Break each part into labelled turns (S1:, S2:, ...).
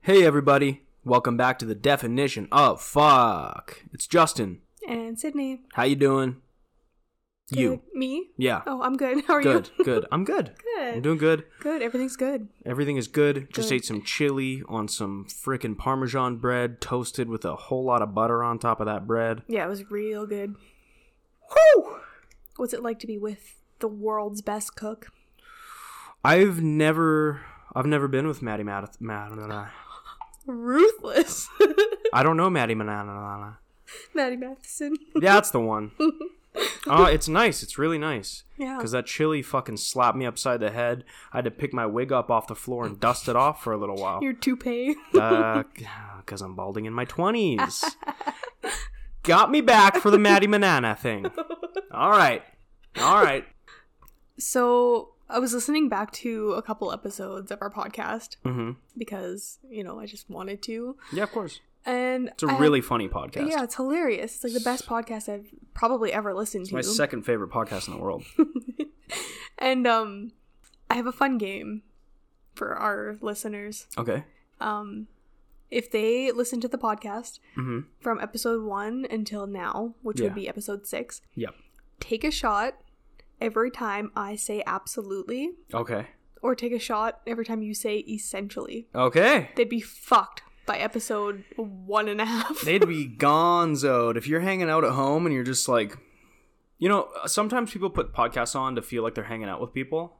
S1: Hey everybody, welcome back to the definition of fuck. It's Justin.
S2: And Sydney.
S1: How you doing? You.
S2: Good. Me?
S1: Yeah.
S2: Oh, I'm good. How are
S1: Good.
S2: you?
S1: Good. I'm good. I'm
S2: Good.
S1: doing good.
S2: Good. Everything's good.
S1: Everything is good. Just
S2: Good.
S1: ate some chili on some frickin' parmesan bread toasted with a whole lot of butter on top of that bread.
S2: Yeah, it was real good.
S1: Whew!
S2: What's it like to be with the world's best cook?
S1: I've never I've never been with Maddie Mad- Mad-
S2: Ruthless.
S1: I don't know Maddie Manana.
S2: Maddie Matheson.
S1: That's the one. Oh, it's nice. It's really nice.
S2: Yeah.
S1: Because that chili fucking slapped me upside the head. I had to pick my wig up off the floor and dust it off for a little while.
S2: Your toupee.
S1: Because I'm balding in my 20s. Got me back for the Maddie Manana thing. All right. All right.
S2: so I was listening back to a couple episodes of our podcast
S1: hmm
S2: because, you know, I just wanted to.
S1: Yeah, of course.
S2: And
S1: It's a
S2: I had-
S1: really funny podcast.
S2: yeah, it's hilarious. It's like the best podcast I've probably ever listened to.
S1: My second favorite podcast in the world.
S2: and um I have a fun game for our listeners.
S1: Okay.
S2: Um if they listen to the podcast
S1: Mm-hmm.
S2: from episode 1 until now, which
S1: Yeah.
S2: would be episode 6,
S1: Yep.
S2: take a shot every time I say absolutely
S1: Okay.
S2: or take a shot every time you say essentially.
S1: Okay.
S2: They'd be fucked by episode one and a half.
S1: They'd be gonzoed. If you're hanging out at home and you're just like, you know, sometimes people put podcasts on to feel like they're hanging out with people.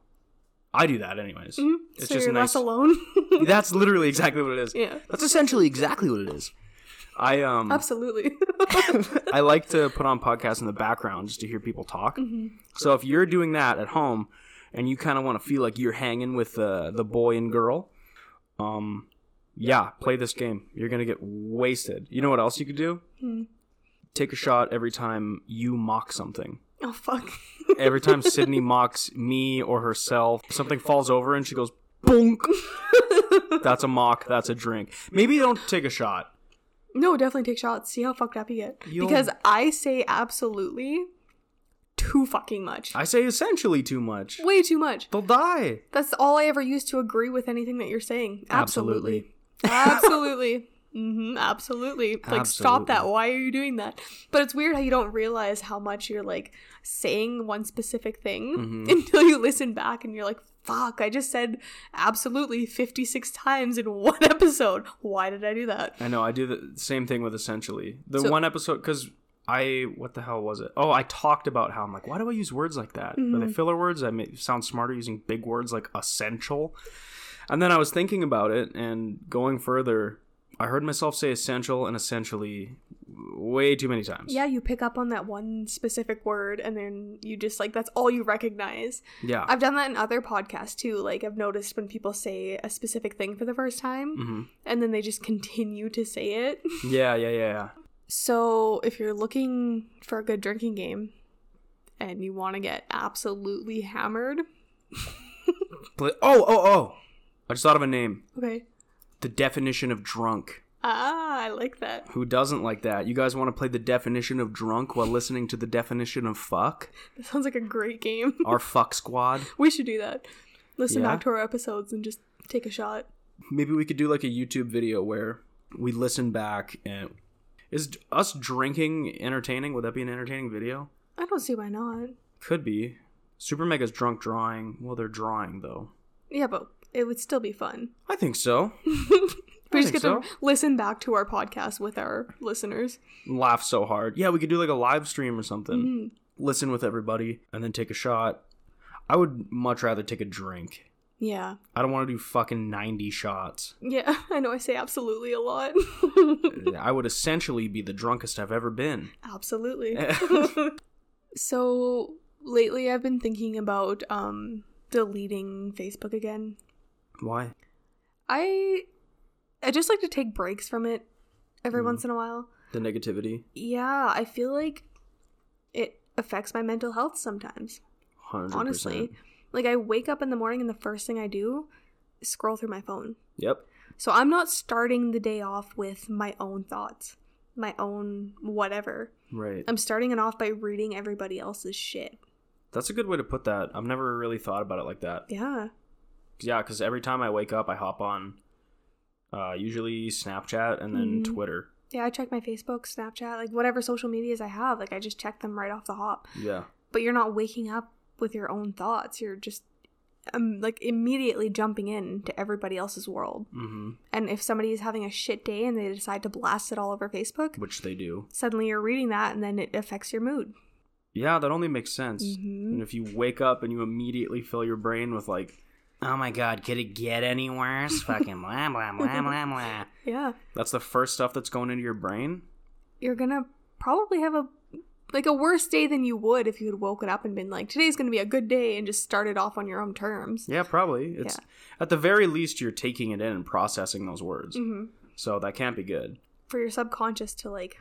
S1: I do that, anyways.
S2: Mhm.
S1: It's
S2: so
S1: just
S2: you're
S1: nice.
S2: less alone.
S1: That's literally exactly what it is.
S2: yeah.
S1: That's essentially exactly what it is. I um
S2: Absolutely.
S1: I like to put on podcasts in the background just to hear people talk.
S2: Mhm.
S1: So if you're doing that at home and you kind of want to feel like you're hanging with the the boy and girl, um, yeah, play this game. You're gonna get wasted. You know what else you could do?
S2: Hmm.
S1: Take a shot every time you mock something.
S2: oh fuck.
S1: Every time Sydney mocks me or herself, something falls over and she goes boonk. That's a mock. That's a drink. Maybe don't take a shot.
S2: No, definitely take shots. See how fucked up you get.
S1: You'll-
S2: Because I say absolutely too fucking much.
S1: I say essentially too much.
S2: Way too much.
S1: They'll die.
S2: That's all I ever use to agree with anything that you're saying. Absolutely. Absolutely. hmm absolutely. Like, stop that.
S1: Absolutely.
S2: Why are you doing that? But it's weird how you don't realize how much you're like saying one specific thing
S1: Mhm.
S2: until you listen back and you're like, fuck, I just said absolutely 56 times in one episode. Why did I do that?
S1: I know. I do the same thing with essentially the
S2: So-
S1: one episode because I what the hell was it? Oh, I talked about how I'm like, why do I use words like that? Are
S2: Mhm.
S1: they filler words? I may sound smarter using big words like essential. And then I was thinking about it and going further. I heard myself say essential and essentially way too many times.
S2: Yeah, you pick up on that one specific word and then you just like that's all you recognize.
S1: Yeah.
S2: I've done that in other podcasts too. Like I've noticed when people say a specific thing for the first time
S1: hmm
S2: and then they just continue to say it.
S1: Yeah. Yeah. Yeah. Yeah.
S2: So if you're looking for a good drinking game and you want to get absolutely hammered,
S1: Pla- oh. Oh. Oh. I just thought of a name.
S2: okay.
S1: The definition of drunk.
S2: Ah, I like that.
S1: Who doesn't like that? You guys want to play the definition of drunk while listening to the definition of fuck?
S2: That sounds like a great game.
S1: Our fuck squad.
S2: we should do that. Listen
S1: Yeah.
S2: back to our episodes and just take a shot.
S1: Maybe we could do like a YouTube video where we listen back and is d- us drinking entertaining? Would that be an entertaining video?
S2: I don't see why not.
S1: Could be. Super Mega's drunk drawing. Well, they're drawing though.
S2: Yeah, but it would still be fun.
S1: I think so.
S2: We just
S1: think
S2: get
S1: so.
S2: to listen back to our podcast with our listeners.
S1: Laugh so hard. Yeah, we could do like a live stream or something.
S2: Mhm.
S1: Listen with everybody and then take a shot. I would much rather take a drink.
S2: Yeah.
S1: I don't want to do fucking 90 shots.
S2: Yeah. I know I say absolutely a lot.
S1: I would essentially be the drunkest I've ever been.
S2: absolutely. So lately I've been thinking about um deleting Facebook again.
S1: Why?
S2: I I just like to take breaks from it every
S1: Mhm.
S2: once in a while.
S1: The negativity?
S2: Yeah, I feel like it affects my mental health sometimes.
S1: 100%.
S2: Honestly, like I wake up in the morning and the first thing I do is scroll through my phone.
S1: Yep.
S2: So I'm not starting the day off with my own thoughts, my own whatever.
S1: Right.
S2: I'm starting it off by reading everybody else's shit.
S1: That's a good way to put that. I've never really thought about it like that.
S2: Yeah.
S1: Yeah, because every time I wake up, I hop on uh, usually Snapchat and then
S2: Mhm.
S1: Twitter.
S2: Yeah, I check my Facebook, Snapchat, like whatever social medias I have. Like I just check them right off the hop.
S1: Yeah.
S2: But you're not waking up with your own thoughts. You're just um, like immediately jumping into everybody else's world.
S1: hmm
S2: And if somebody is having a shit day and they decide to blast it all over Facebook,
S1: Which they do.
S2: suddenly you're reading that and then it affects your mood.
S1: Yeah, that only makes sense.
S2: Mhm.
S1: And if you wake up and you immediately fill your brain with like, oh my god, could it get any worse? Fucking blah blah blah blah blah.
S2: Yeah.
S1: That's the first stuff that's going into your brain.
S2: You're going to probably have a like a worse day than you would if you had woken up and been like today's going to be a good day and just started off on your own terms.
S1: Yeah, probably. It's at the very least you're taking it in and processing those words.
S2: Mhm.
S1: So that can't be good.
S2: For your subconscious to like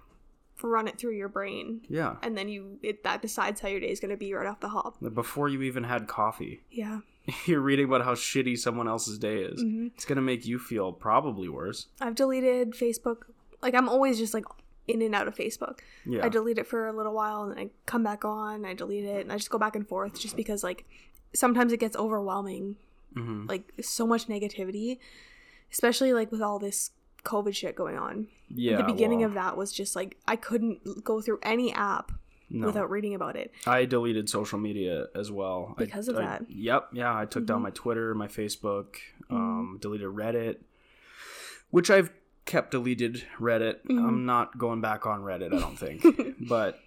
S2: run it through your brain
S1: Yeah.
S2: and then you it that decides how your day is going to be right off the hop.
S1: Before you even had coffee,
S2: Yeah.
S1: you're reading about how shitty someone else's day is.
S2: Mhm.
S1: It's gonna make you feel probably worse.
S2: I've deleted Facebook. Like I'm always just like in and out of Facebook.
S1: Yeah.
S2: I delete it for a little while and I come back on, I delete it and I just go back and forth just because like sometimes it gets overwhelming.
S1: Mhm.
S2: Like so much negativity, especially like with all this COVID shit going on.
S1: yeah.
S2: the beginning
S1: well,
S2: of that was just like I couldn't go through any app
S1: no.
S2: without reading about it.
S1: I deleted social media as well I-
S2: Because of
S1: I-
S2: that. Mm.
S1: Yep, yeah, I took down
S2: Mhm.
S1: my Twitter, my Facebook, um, deleted Reddit, which I've kept deleted Reddit.
S2: Mhm.
S1: I'm not going back on Reddit, I don't think. but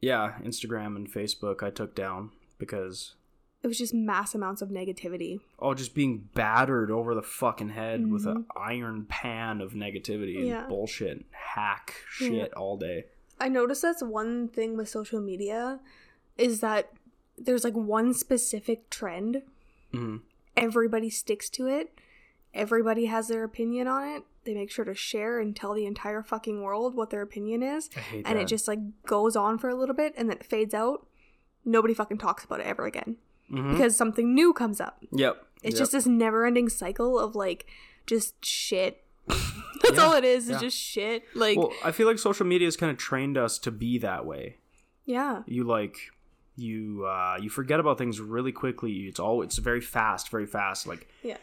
S1: yeah, Instagram and Facebook I took down because
S2: It was just mass amounts of negativity.
S1: oh, just being battered over the fucking head with an
S2: Mhm.
S1: iron pan of negativity
S2: Yeah.
S1: and bullshit, hack
S2: Yeah.
S1: shit all day.
S2: I noticed that's one thing with social media is that there's like one specific trend.
S1: hmm
S2: Everybody sticks to it. Everybody has their opinion on it. They make sure to share and tell the entire fucking world what their opinion is.
S1: I hate
S2: And
S1: that.
S2: it just like goes on for a little bit and then it fades out. Nobody fucking talks about it ever again
S1: Mhm.
S2: because something new comes up.
S1: yep,
S2: It's
S1: yep.
S2: just this never ending cycle of like just shit. That's
S1: Yeah,
S2: all it is. It's
S1: yeah.
S2: just shit. Like,
S1: well, I feel like social media has kind of trained us to be that way.
S2: yeah.
S1: you like you uh you forget about things really quickly it's all it's very fast very fast like
S2: Yeah.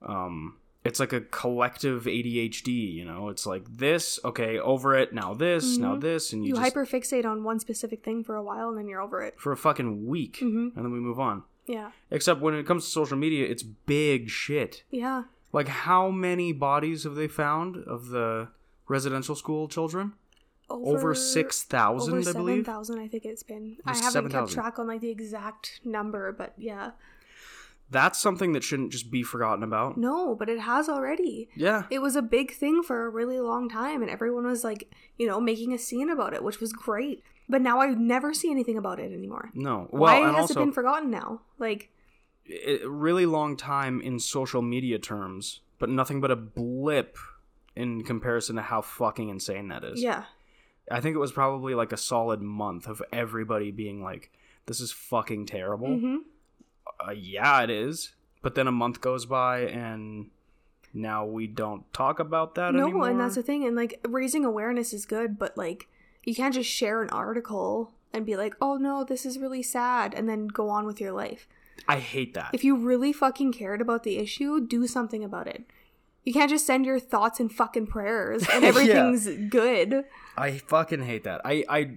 S1: um it's like a collective adhd you know it's like this okay over it now this now
S2: Mhm.
S1: this and you,
S2: you
S1: just
S2: hyperfixate on one specific thing for a while and then you're over it.
S1: for a fucking week
S2: Mhm.
S1: and then we move on
S2: Yeah.
S1: except when it comes to social media it's big shit
S2: Yeah.
S1: like how many bodies have they found of the residential school children over, 6000 i
S2: over
S1: believe
S2: 7,000 I think it's been. I
S1: Over
S2: haven't
S1: 7,000.
S2: kept track on like the exact number, but yeah.
S1: that's something that shouldn't just be forgotten about
S2: No, but it has already.
S1: yeah
S2: It was a big thing for a really long time and everyone was like, you know, making a scene about it, which was great. But now I never see anything about it anymore.
S1: No. Well,
S2: Why
S1: and
S2: has
S1: also,
S2: it been forgotten now? Like,
S1: i- a really long time in social media terms, but nothing but a blip in comparison to how fucking insane that is.
S2: yeah.
S1: I think it was probably like a solid month of everybody being like, this is fucking terrible.
S2: hmm
S1: Uh, yeah, it is. But then a month goes by and now we don't talk about that
S2: no
S1: anymore.
S2: and that's the thing and like raising awareness is good but like you can't just share an article and be like oh no this is really sad and then go on with your life
S1: I hate that.
S2: if you really fucking cared about the issue do something about it you can't just send your thoughts and fucking prayers and
S1: Yeah.
S2: everything's good
S1: I fucking hate that. I I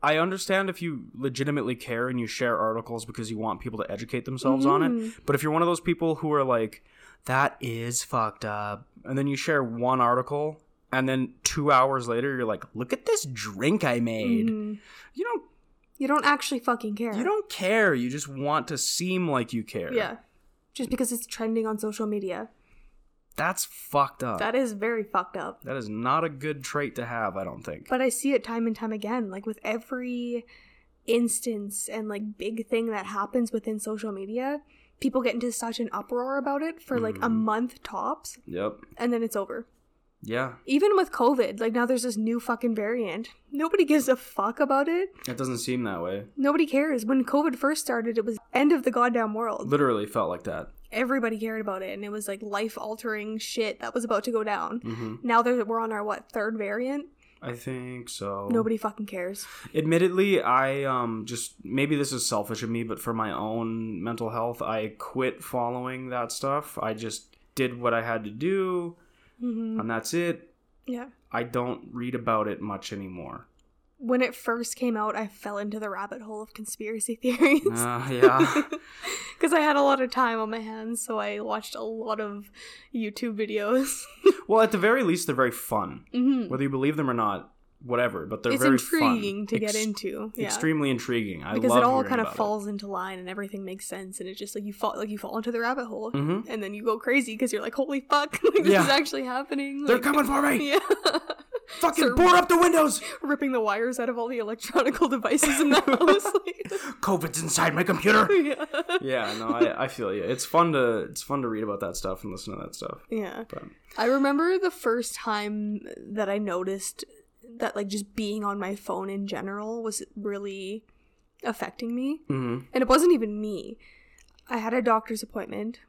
S1: I understand if you legitimately care and you share articles because you want people to educate themselves
S2: Mm.
S1: on
S2: Mm-hmm.
S1: it. But if you're one of those people who are like, that is fucked up, and then you share one article and then two hours later you're like, look at this drink I made.
S2: Mhm.
S1: You don't
S2: you don't actually fucking care
S1: you don't care. You just want to seem like you care.
S2: yeah just because it's trending on social media
S1: That's fucked up.
S2: that is very fucked up
S1: that is not a good trait to have, I don't think.
S2: But I see it time and time again, like with every instance and like big thing that happens within social media, people get into such an uproar about it for like a
S1: Mhm.
S2: month tops
S1: yep.
S2: and then it's over.
S1: Yeah.
S2: Even with COVID, like now there's this new fucking variant. Nobody gives a fuck about it.
S1: It doesn't seem that way.
S2: Nobody cares. When COVID first started, it was end of the goddamn world.
S1: Literally felt like that.
S2: Everybody cared about it and it was like life altering shit that was about to go down.
S1: hmm
S2: Now there we're on our what, third variant?
S1: I think so.
S2: Nobody fucking cares.
S1: Admittedly, I um just maybe this is selfish of me, but for my own mental health, I quit following that stuff. I just did what I had to do.
S2: hmm
S1: and that's it.
S2: Yeah.
S1: I don't read about it much anymore.
S2: When it first came out, I fell into the rabbit hole of conspiracy theories.
S1: Uh, yeah.
S2: Because I had a lot of time on my hands, so I watched a lot of YouTube videos.
S1: Well, at the very least, they're very fun.
S2: Mhm.
S1: Whether you believe them or not, whatever. But they're
S2: It's
S1: very
S2: intriguing
S1: fun.
S2: to get
S1: Ex-
S2: into. Yeah.
S1: Extremely intriguing. I
S2: because
S1: love
S2: it all
S1: kind of
S2: falls into line and everything makes sense and it's just like you fall like you fall into the rabbit hole
S1: Mm-hmm.
S2: and then you go crazy because you're like holy fuck like, this
S1: Yeah.
S2: is actually happening
S1: They're
S2: like-
S1: coming for me!
S2: yeah
S1: Fucking
S2: Sir-
S1: board up the windows!
S2: ripping the wires out of all the electronical devices in the house like,
S1: COVID's inside my computer.
S2: yeah.
S1: yeah, no, I, I feel you. It's fun to it's fun to read about that stuff and listen to that stuff.
S2: yeah
S1: But
S2: i remember the first time that i noticed that like just being on my phone in general was really affecting me
S1: hmm
S2: and it wasn't even me i had a doctor's appointment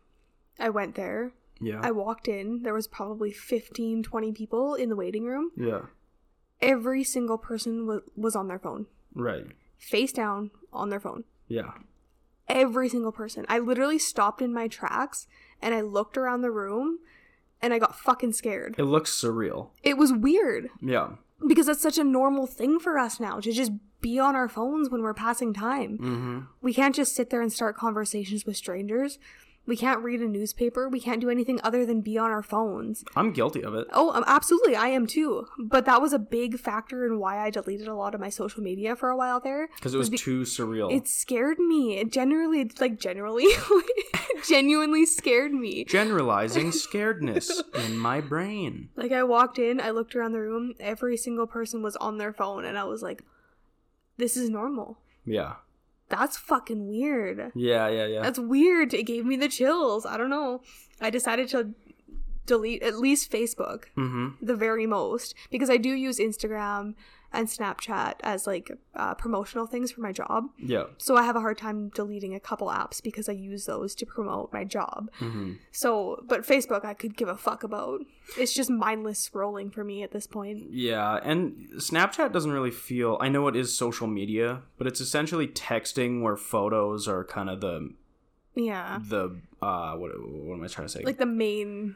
S2: i went there
S1: yeah,
S2: I walked in, there was probably 15, 20 people in the waiting room.
S1: yeah,
S2: Every single person was, was on their phone,
S1: right,
S2: face down on their phone.
S1: yeah,
S2: Every single person. I literally stopped in my tracks and I looked around the room and I got fucking scared.
S1: it looks surreal.
S2: It was weird
S1: Yeah,
S2: because that's such a normal thing for us now to just be on our phones when we're passing time.
S1: mm-hmm.
S2: We can't just sit there and start conversations with strangers. We can't read a newspaper. We can't do anything other than be on our phones.
S1: I'm guilty of it.
S2: Oh, um, absolutely, I am too. But that was a big factor in why I deleted a lot of my social media for a while there.
S1: because it was
S2: be-
S1: too surreal.
S2: It scared me. It generally, it's like generally, it genuinely scared me.
S1: Generalizing scaredness in my brain.
S2: Like I walked in, I looked around the room. Every single person was on their phone, and I was like, "This is normal.
S1: Yeah,
S2: That's fucking weird.
S1: yeah, yeah, yeah.
S2: That's weird." It gave me the chills. I don't know. I decided to delete at least Facebook.
S1: mm-hmm.
S2: the very most because I do use Instagram and Snapchat as like uh, promotional things for my job.
S1: Yeah.
S2: So I have a hard time deleting a couple apps because I use those to promote my job.
S1: Mm-hmm.
S2: So, but Facebook I could give a fuck about. It's just mindless scrolling for me at this point.
S1: Yeah, and Snapchat doesn't really feel. I know it is social media, but it's essentially texting where photos are kind of the
S2: Yeah.
S1: the uh what what am I trying to say?
S2: Like the main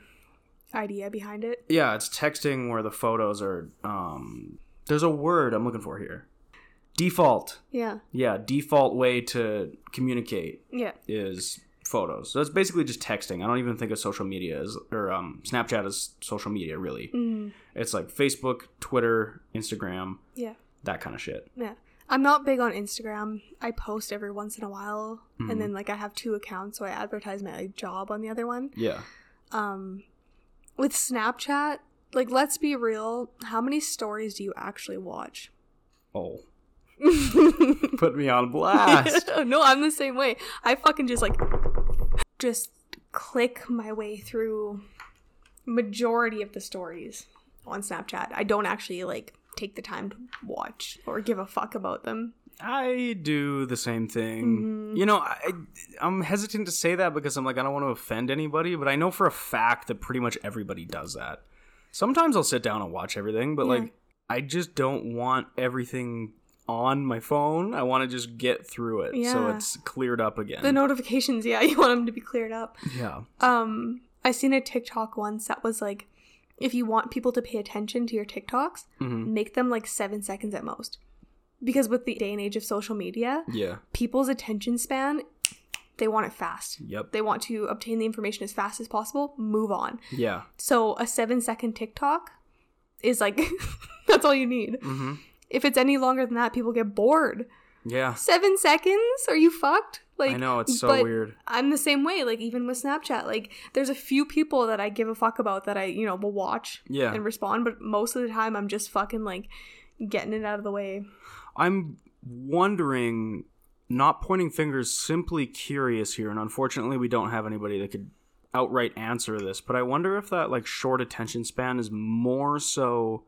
S2: idea behind it.
S1: yeah, it's texting where the photos are. Um, there's a word I'm looking for here. Default.
S2: Yeah.
S1: Yeah, default way to communicate
S2: Yeah.
S1: is photos. So it's basically just texting. I don't even think of social media as or um, Snapchat as social media really.
S2: Mm.
S1: It's like Facebook, Twitter, Instagram,
S2: Yeah.
S1: that kind of shit.
S2: Yeah. I'm not big on Instagram. I post every once in a while
S1: Mhm.
S2: and then like I have two accounts so I advertise my like, job on the other one.
S1: Yeah.
S2: um with Snapchat, like let's be real, how many stories do you actually watch?
S1: Oh,
S2: no,
S1: put me on blast.
S2: I'm the same way. I fucking just like just click my way through majority of the stories on Snapchat. I don't actually like take the time to watch or give a fuck about them.
S1: I do the same thing.
S2: Mm-hmm.
S1: You know, I, I'm hesitant to say that because I'm like, I don't want to offend anybody, but I know for a fact that pretty much everybody does that. Sometimes I'll sit down and watch everything, but
S2: Yeah.
S1: like, I just don't want everything on my phone. I want to just get through it so
S2: Yeah.
S1: it's cleared up again.
S2: The notifications, yeah, you want them to be cleared up.
S1: yeah.
S2: Um, I seen a TikTok once that was like, if you want people to pay attention to your TikToks,
S1: hmm
S2: make them like seven seconds at most. Because with the day and age of social media,
S1: Yeah.
S2: people's attention span, they want it fast.
S1: Yep.
S2: They want to obtain the information as fast as possible, move on.
S1: Yeah.
S2: So a seven second TikTok is like, that's all you need.
S1: hmm
S2: If it's any longer than that, people get bored.
S1: Yeah.
S2: Seven seconds? Are you fucked? Like,
S1: I know. It's so
S2: but
S1: weird.
S2: I'm the same way, like even with Snapchat. Like there's a few people that I give a fuck about that I, you know, will watch
S1: Yeah.
S2: and respond, but most of the time I'm just fucking like getting it out of the way.
S1: I'm wondering, not pointing fingers, simply curious here, and unfortunately, we don't have anybody that could outright answer this. But I wonder if that like short attention span is more so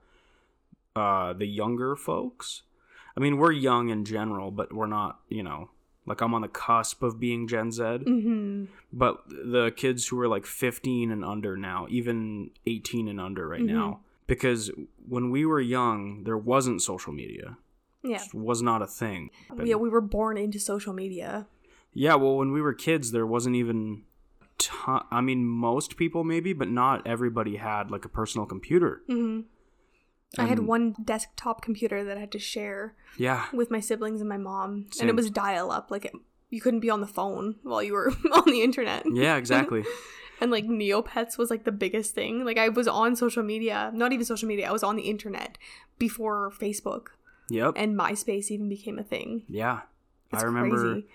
S1: uh, the younger folks. I mean, we're young in general, but we're not, you know, like I'm on the cusp of being Gen Z.
S2: Mm-hmm.
S1: But the kids who are like 15 and under now, even 18 and under right
S2: Mhm.
S1: now, because when we were young, there wasn't social media
S2: Yeah.
S1: just was not a thing.
S2: Yeah, we were born into social media.
S1: Yeah, well, when we were kids, there wasn't even ton. I mean, most people maybe, but not everybody had like a personal computer.
S2: hmm I had
S1: And-
S2: one desktop computer that I had to share
S1: Yeah,
S2: with my siblings and my mom, and
S1: Same.
S2: it was dial up. Like, it, you couldn't be on the phone while you were on the internet.
S1: yeah, exactly.
S2: And like Neopets was like the biggest thing. Like, I was on social media, not even social media, I was on the internet before Facebook
S1: yep.
S2: and MySpace even became a thing.
S1: Yeah,
S2: It's
S1: I remember.
S2: crazy.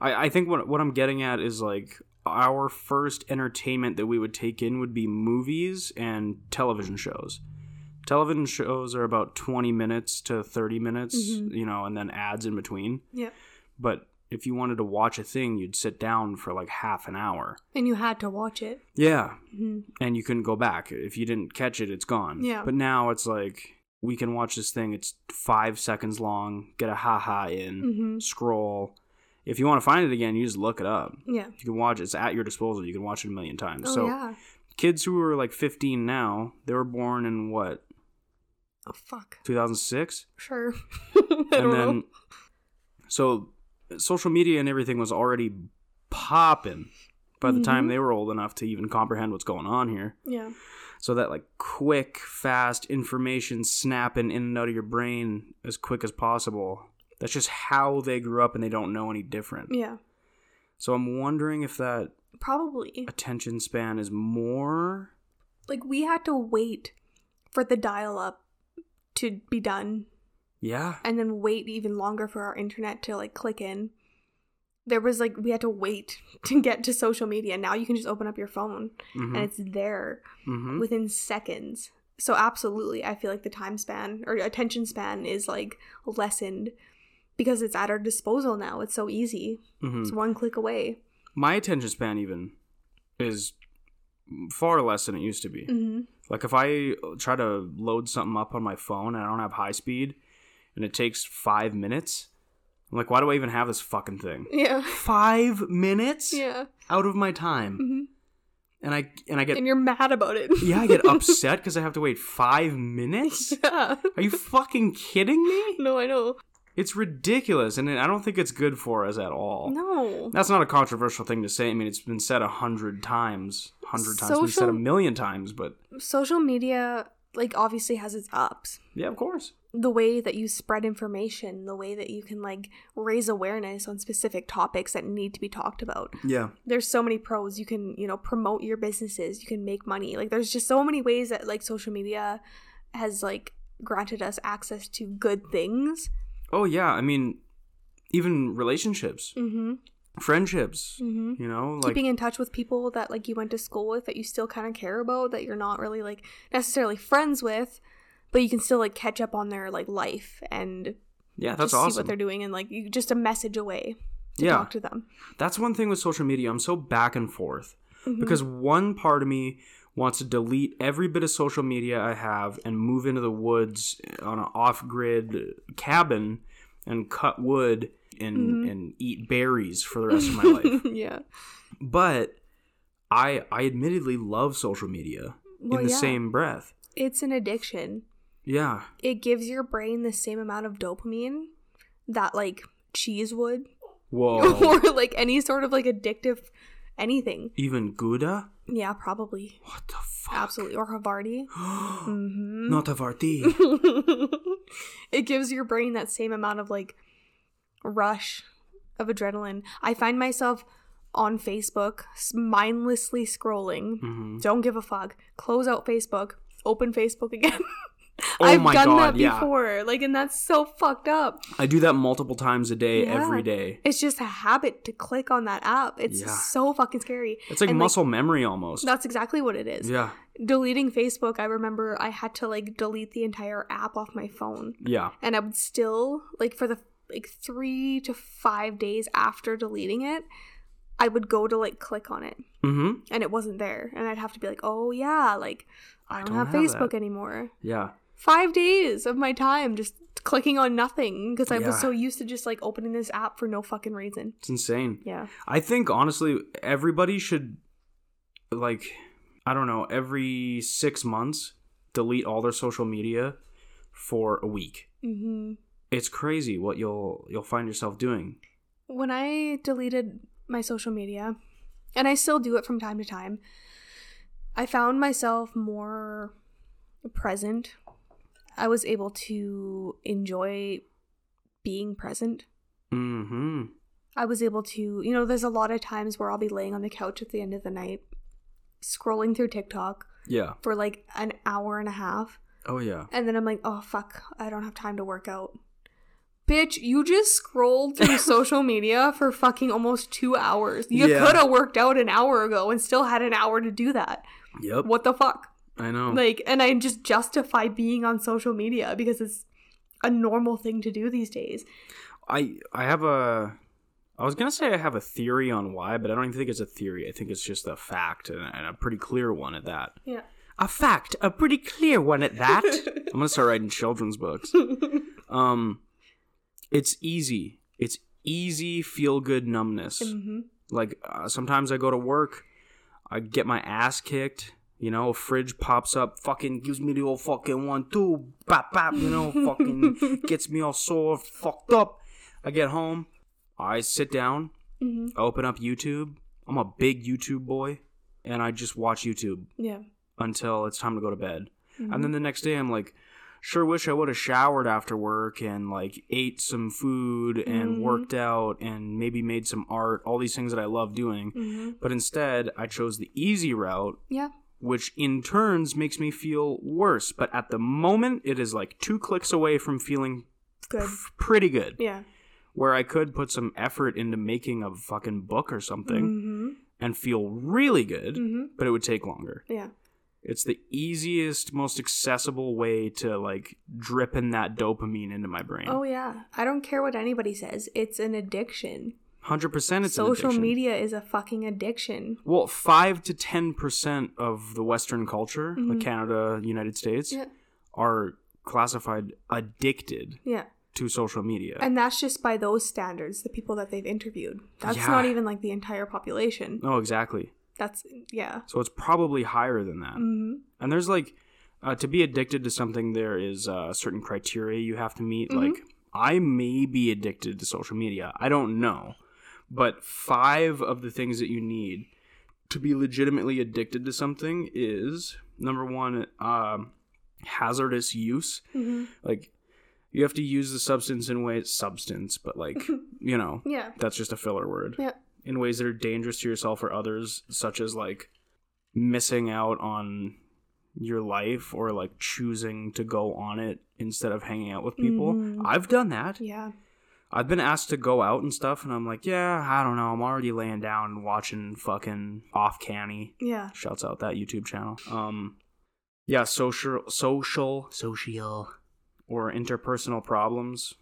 S1: I, I think what what I'm getting at is like our first entertainment that we would take in would be movies and television shows. Television shows are about 20 minutes to 30 minutes,
S2: Mhm.
S1: you know, and then ads in between.
S2: Yeah.
S1: But if you wanted to watch a thing, you'd sit down for like half an hour.
S2: And you had to watch it.
S1: Yeah,
S2: hmm
S1: and you couldn't go back. If you didn't catch it, it's gone.
S2: Yeah.
S1: But now it's like we can watch this thing. It's five seconds long. Get a ha ha in.
S2: hmm
S1: Scroll. If you want to find it again, you just look it up.
S2: Yeah.
S1: You can watch. it. It's at your disposal. You can watch it a million times.
S2: Oh,
S1: so
S2: yeah.
S1: kids who are like 15 now, they were born in what
S2: Oh, fuck.
S1: 2006,
S2: Sure. I
S1: and
S2: don't
S1: then
S2: know.
S1: so social media and everything was already popping by the time
S2: Mhm.
S1: they were old enough to even comprehend what's going on here.
S2: Yeah.
S1: So that like quick, fast information snapping in and out of your brain as quick as possible. That's just how they grew up and they don't know any different.
S2: Yeah.
S1: So I'm wondering if that
S2: Probably.
S1: attention span is more
S2: Like, we had to wait for the dial up to be done
S1: Yeah.
S2: and then wait even longer for our internet to like click in. There was like, we had to wait to get to social media. Now you can just open up your phone
S1: hmm
S2: and it's there
S1: hmm
S2: within seconds. So absolutely, I feel like the time span or attention span is like lessened because it's at our disposal now. It's so easy.
S1: hmm
S2: It's one click away.
S1: My attention span even is far less than it used to be.
S2: hmm
S1: Like if I try to load something up on my phone and I don't have high speed and it takes five minutes, I'm like, why do I even have this fucking thing?
S2: Yeah.
S1: Five minutes?
S2: Yeah.
S1: out of my time
S2: hmm
S1: and i and i get
S2: And you're mad about it.
S1: yeah i get upset because i have to wait five minutes
S2: yeah.
S1: are you fucking kidding me
S2: No, I know.
S1: it's ridiculous and i don't think it's good for us at all
S2: No.
S1: that's not a controversial thing to say i mean it's been said a hundred times hundred times been said a
S2: Social-
S1: million times but
S2: Social media, like, obviously has its ups.
S1: yeah of course
S2: The way that you spread information, the way that you can, like, raise awareness on specific topics that need to be talked about.
S1: yeah
S2: there's so many pros you can you know promote your businesses you can make money like there's just so many ways that like social media has like granted us access to good things
S1: oh yeah i mean even relationships
S2: mm-hmm
S1: friendships
S2: mm-hmm
S1: you know like
S2: keeping in touch with people that like you went to school with that you still kind of care about that you're not really like necessarily friends with but you can still like catch up on their like life and
S1: yeah that's
S2: just see what
S1: awesome
S2: they're doing and like you just a message away to
S1: yeah
S2: talk to them
S1: that's one thing with social media i'm so back and forth
S2: Mhm.
S1: because one part of me wants to delete every bit of social media I have and move into the woods on an off-grid cabin and cut wood and
S2: Mhm.
S1: and eat berries for the rest of my life.
S2: yeah
S1: But I I admittedly love social media
S2: well
S1: in the
S2: yeah
S1: same breath.
S2: it's an addiction
S1: Yeah.
S2: it gives your brain the same amount of dopamine that like cheese would
S1: Whoa.
S2: or like any sort of like addictive anything
S1: Even Gouda?
S2: yeah probably
S1: What the fuck?
S2: absolutely or havarti hmm
S1: Not Avarti.
S2: it gives your brain that same amount of like rush of adrenaline i find myself on facebook s- mindlessly scrolling
S1: mm-hmm.
S2: don't give a fuck close out facebook open facebook again
S1: Oh
S2: i've
S1: my
S2: done
S1: god,
S2: that
S1: yeah.
S2: before like and that's so fucked up
S1: I do that multiple times a day,
S2: Yeah.
S1: every day.
S2: It's just a habit to click on that app. It's
S1: Yeah.
S2: so fucking scary.
S1: It's like
S2: And, like,
S1: muscle memory almost.
S2: That's exactly what it is.
S1: Yeah.
S2: Deleting Facebook, I remember I had to like delete the entire app off my phone.
S1: Yeah.
S2: And I would still, like, for the like three to five days after deleting it, I would go to like click on it
S1: Mm-hmm.
S2: and it wasn't there. And I'd have to be like, oh yeah, like, I don't, have, Facebook
S1: that.
S2: anymore.
S1: Yeah.
S2: Five days of my time just clicking on nothing because I
S1: Yeah.
S2: was so used to just like opening this app for no fucking reason.
S1: It's insane.
S2: Yeah.
S1: I think honestly, everybody should like I don't know, every six months delete all their social media for a week.
S2: hmm.
S1: It's crazy what you'll you'll find yourself doing.
S2: when I deleted my social media, and I still do it from time to time. I found myself more present. I was able to enjoy being present.
S1: Mm-hmm.
S2: I was able to, you know, there's a lot of times where I'll be laying on the couch at the end of the night, scrolling through TikTok
S1: Yeah.
S2: for like an hour and a half.
S1: Oh yeah.
S2: And then I'm like, oh, fuck, I don't have time to work out. Bitch, you just scrolled through social media for fucking almost two hours. You
S1: Yeah.
S2: could have worked out an hour ago and still had an hour to do that.
S1: Yep.
S2: What the fuck?
S1: I know.
S2: Like, and I just justify being on social media because it's a normal thing to do these days.
S1: I I have a I was gonna say I have a theory on why, but I don't even think it's a theory. I think it's just a fact and, and a pretty clear one at that.
S2: Yeah.
S1: A fact, a pretty clear one at that. I'm gonna start writing children's books.
S2: Mm-hmm.
S1: Um, it's easy. It's easy feel good numbness.
S2: hmm
S1: Like uh, sometimes I go to work, I get my ass kicked. You know, fridge pops up, fucking gives me the old fucking one two, bap bap. You know, fucking gets me all sore, fucked up. I get home, I sit down,
S2: hmm
S1: I open up YouTube. I'm a big YouTube boy, and I just watch YouTube
S2: Yeah.
S1: until it's time to go to bed.
S2: Mhm.
S1: And then the next day, I'm like, sure wish I would have showered after work and like ate some food and
S2: Mhm.
S1: worked out and maybe made some art, all these things that I love doing.
S2: hmm
S1: But instead, I chose the easy route,
S2: Yeah.
S1: which in turns makes me feel worse. But at the moment, it is like two clicks away from feeling
S2: Good.
S1: f- pretty good,
S2: Yeah.
S1: where I could put some effort into making a fucking book or something
S2: hmm
S1: and feel really good,
S2: hmm
S1: but it would take longer.
S2: Yeah.
S1: It's the easiest, most accessible way to like drip in that dopamine into my brain.
S2: Oh yeah. I don't care what anybody says. It's an addiction.
S1: 100% it's an
S2: Social
S1: addiction.
S2: media is a fucking addiction.
S1: Well, 5 to 10% of the western culture,
S2: Mm-hmm.
S1: like Canada, United States,
S2: Yeah.
S1: are classified addicted
S2: Yeah.
S1: to social media.
S2: And that's just by those standards, the people that they've interviewed. That's
S1: Yeah.
S2: not even like the entire population.
S1: oh, exactly.
S2: That's yeah.
S1: So it's probably higher than that.
S2: hmm
S1: And there's like uh, to be addicted to something there is uh, certain criteria you have to meet.
S2: Mm-hmm.
S1: Like I may be addicted to social media. I don't know, but five of the things that you need to be legitimately addicted to something is number one, um, hazardous use.
S2: hmm
S1: Like you have to use the substance in ways substance, but like you know
S2: Yeah.
S1: that's just a filler word
S2: Yeah.
S1: in ways that are dangerous to yourself or others, such as like missing out on your life or like choosing to go on it instead of hanging out with people.
S2: Mhm.
S1: I've done that.
S2: Yeah.
S1: I've been asked to go out and stuff, and I'm like, yeah, I don't know. I'm already laying down and watching fucking off canny.
S2: Yeah.
S1: Shouts out that YouTube channel. Um, yeah, social, social, social, or interpersonal problems.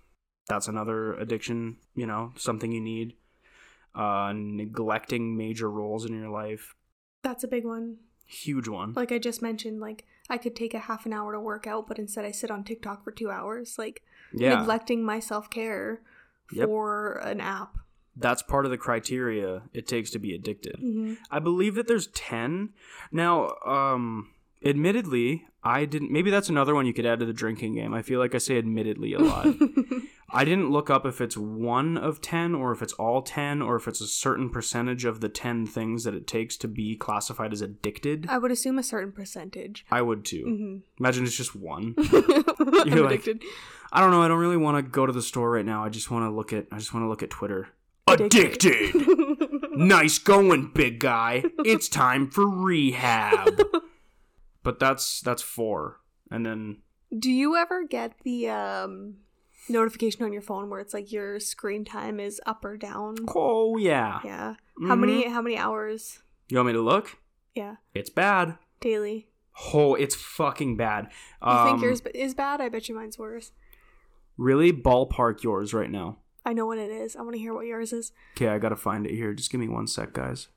S1: That's another addiction. You know, something you need. Uh, neglecting major roles in your life,
S2: That's a big one.
S1: Mm-hmm. huge one.
S2: Like I just mentioned, like I could take a half an hour to work out, but instead I sit on TikTok for two hours, like
S1: yeah,
S2: neglecting my self care
S1: Yep.
S2: for an app.
S1: that's part of the criteria it takes to be addicted.
S2: Mm-hmm.
S1: I believe that there's 10. Now, um admittedly, I didn't maybe that's another one you could add to the drinking game. I feel like I say admittedly a lot. I didn't look up if it's one of 10 or if it's all 10 or if it's a certain percentage of the 10 things that it takes to be classified as addicted.
S2: I would assume a certain percentage.
S1: I would too.
S2: Mm-hmm.
S1: Imagine it's just one.
S2: I'm
S1: You're like-
S2: addicted.
S1: I don't know, I don't really want to go to the store right now. I just want to look at I just want to look at Twitter.
S2: Addicted.
S1: addicted. nice going big guy it's time for rehab but that's that's four and then
S2: Do you ever get the um, notification on your phone where it's like your screen time is up or down?
S1: oh yeah Mm-hmm.
S2: Yeah. How many how many hours?
S1: you want me to look
S2: Yeah,
S1: it's bad
S2: daily.
S1: oh it's fucking bad
S2: You
S1: um,
S2: think yours b- is bad? I bet you mine's worse.
S1: really ballpark yours right now
S2: I know what it is. I want to hear what yours is.
S1: okay i gotta find it here just give me one sec guys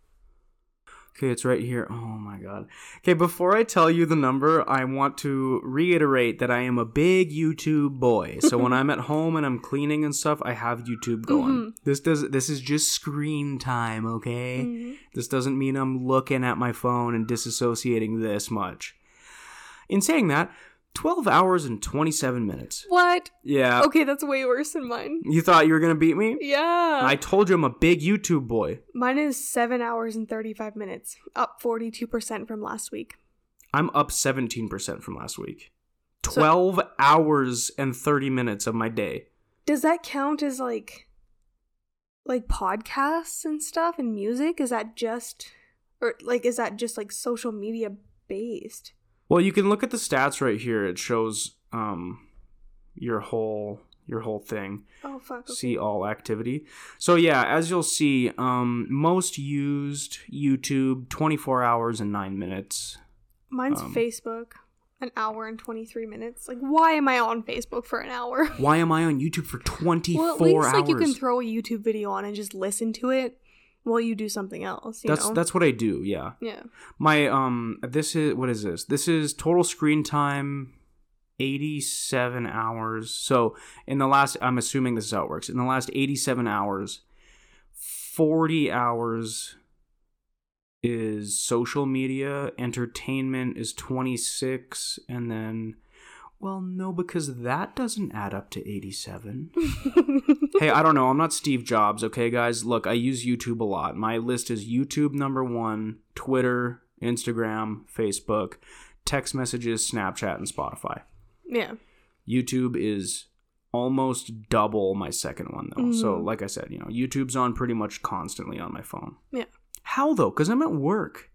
S1: okay it's right here oh my god okay before i tell you the number i want to reiterate that i am a big youtube boy so when i'm at home and i'm cleaning and stuff i have youtube going this does this is just screen time okay
S2: Mhm.
S1: this doesn't mean i'm looking at my phone and disassociating this much in saying that 12 hours and 27 minutes.
S2: What?
S1: Yeah.
S2: Okay, that's way worse than mine.
S1: You thought you were going to beat me?
S2: Yeah.
S1: I told you I'm a big YouTube boy.
S2: Mine is seven hours and 35 minutes, up 42% from last week.
S1: I'm up 17% from last week. 12 hours and 30 minutes of my day.
S2: Does that count as like like podcasts and stuff and music? Is that just or like is that just like social media based?
S1: Well, you can look at the stats right here. It shows um your whole your whole thing.
S2: Oh fuck. okay.
S1: see all activity. So yeah, as you'll see, um, most used YouTube 24 hours and 9 minutes.
S2: Mine's
S1: um,
S2: Facebook. An hour and 23 minutes. Like why am I on Facebook for an hour?
S1: Why am I on YouTube for 24
S2: Well, at least
S1: hours?
S2: like you can throw a YouTube video on and just listen to it while you do something else, you
S1: that's
S2: know.
S1: that's what I do, yeah.
S2: yeah.
S1: My um this is what is this? This is total screen time 87 hours. So in the last I'm assuming this is how it works. In the last 87 hours, 40 hours is social media, entertainment is 26 and then well, no because that doesn't add up to 87 hey, I don't know. I'm not Steve Jobs, okay, guys? Look, I use YouTube a lot. My list is YouTube number one, Twitter, Instagram, Facebook, text messages, Snapchat, and Spotify.
S2: yeah.
S1: YouTube is almost double my second one, though. So, like I said, you know, YouTube's on pretty much constantly on my phone.
S2: Yeah.
S1: How, though? Because I'm at work.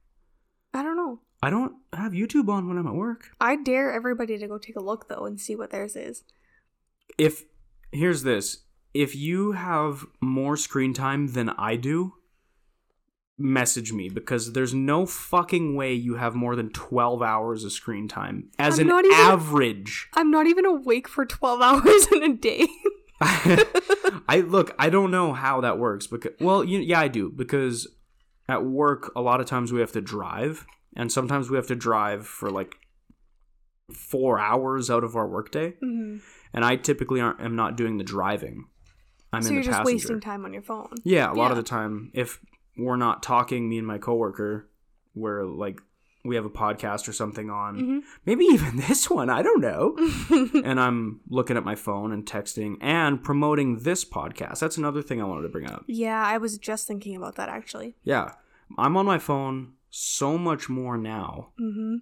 S2: I don't know.
S1: I don't have YouTube on when I'm at work.
S2: I dare everybody to go take a look though and see what theirs is.
S1: If, here's this if you have more screen time than I do, message me because there's no fucking way you have more than 12 hours of screen time as
S2: I'm
S1: an
S2: not even-
S1: average.
S2: I'm not even awake for 12 hours in a day.
S1: I look, I don't know how that works because well, you, yeah, I do because at work a lot of times we have to drive and sometimes we have to drive for like 4 hours out of our workday
S2: Mm-hmm.
S1: and I typically aren't, am not doing the driving. I'm
S2: so
S1: in
S2: you're
S1: the
S2: just
S1: passenger.
S2: wasting time on your phone.
S1: Yeah, a lot of
S2: Yeah.
S1: the time, if we're not talking, me and my coworker, we're like, we have a podcast or something on,
S2: Mm-hmm.
S1: maybe even this one, I don't know. and I'm looking at my phone and texting and promoting this podcast. That's another thing I wanted to bring up.
S2: Yeah, I was just thinking about that actually.
S1: Yeah, I'm on my phone so much more now
S2: Mm-hmm.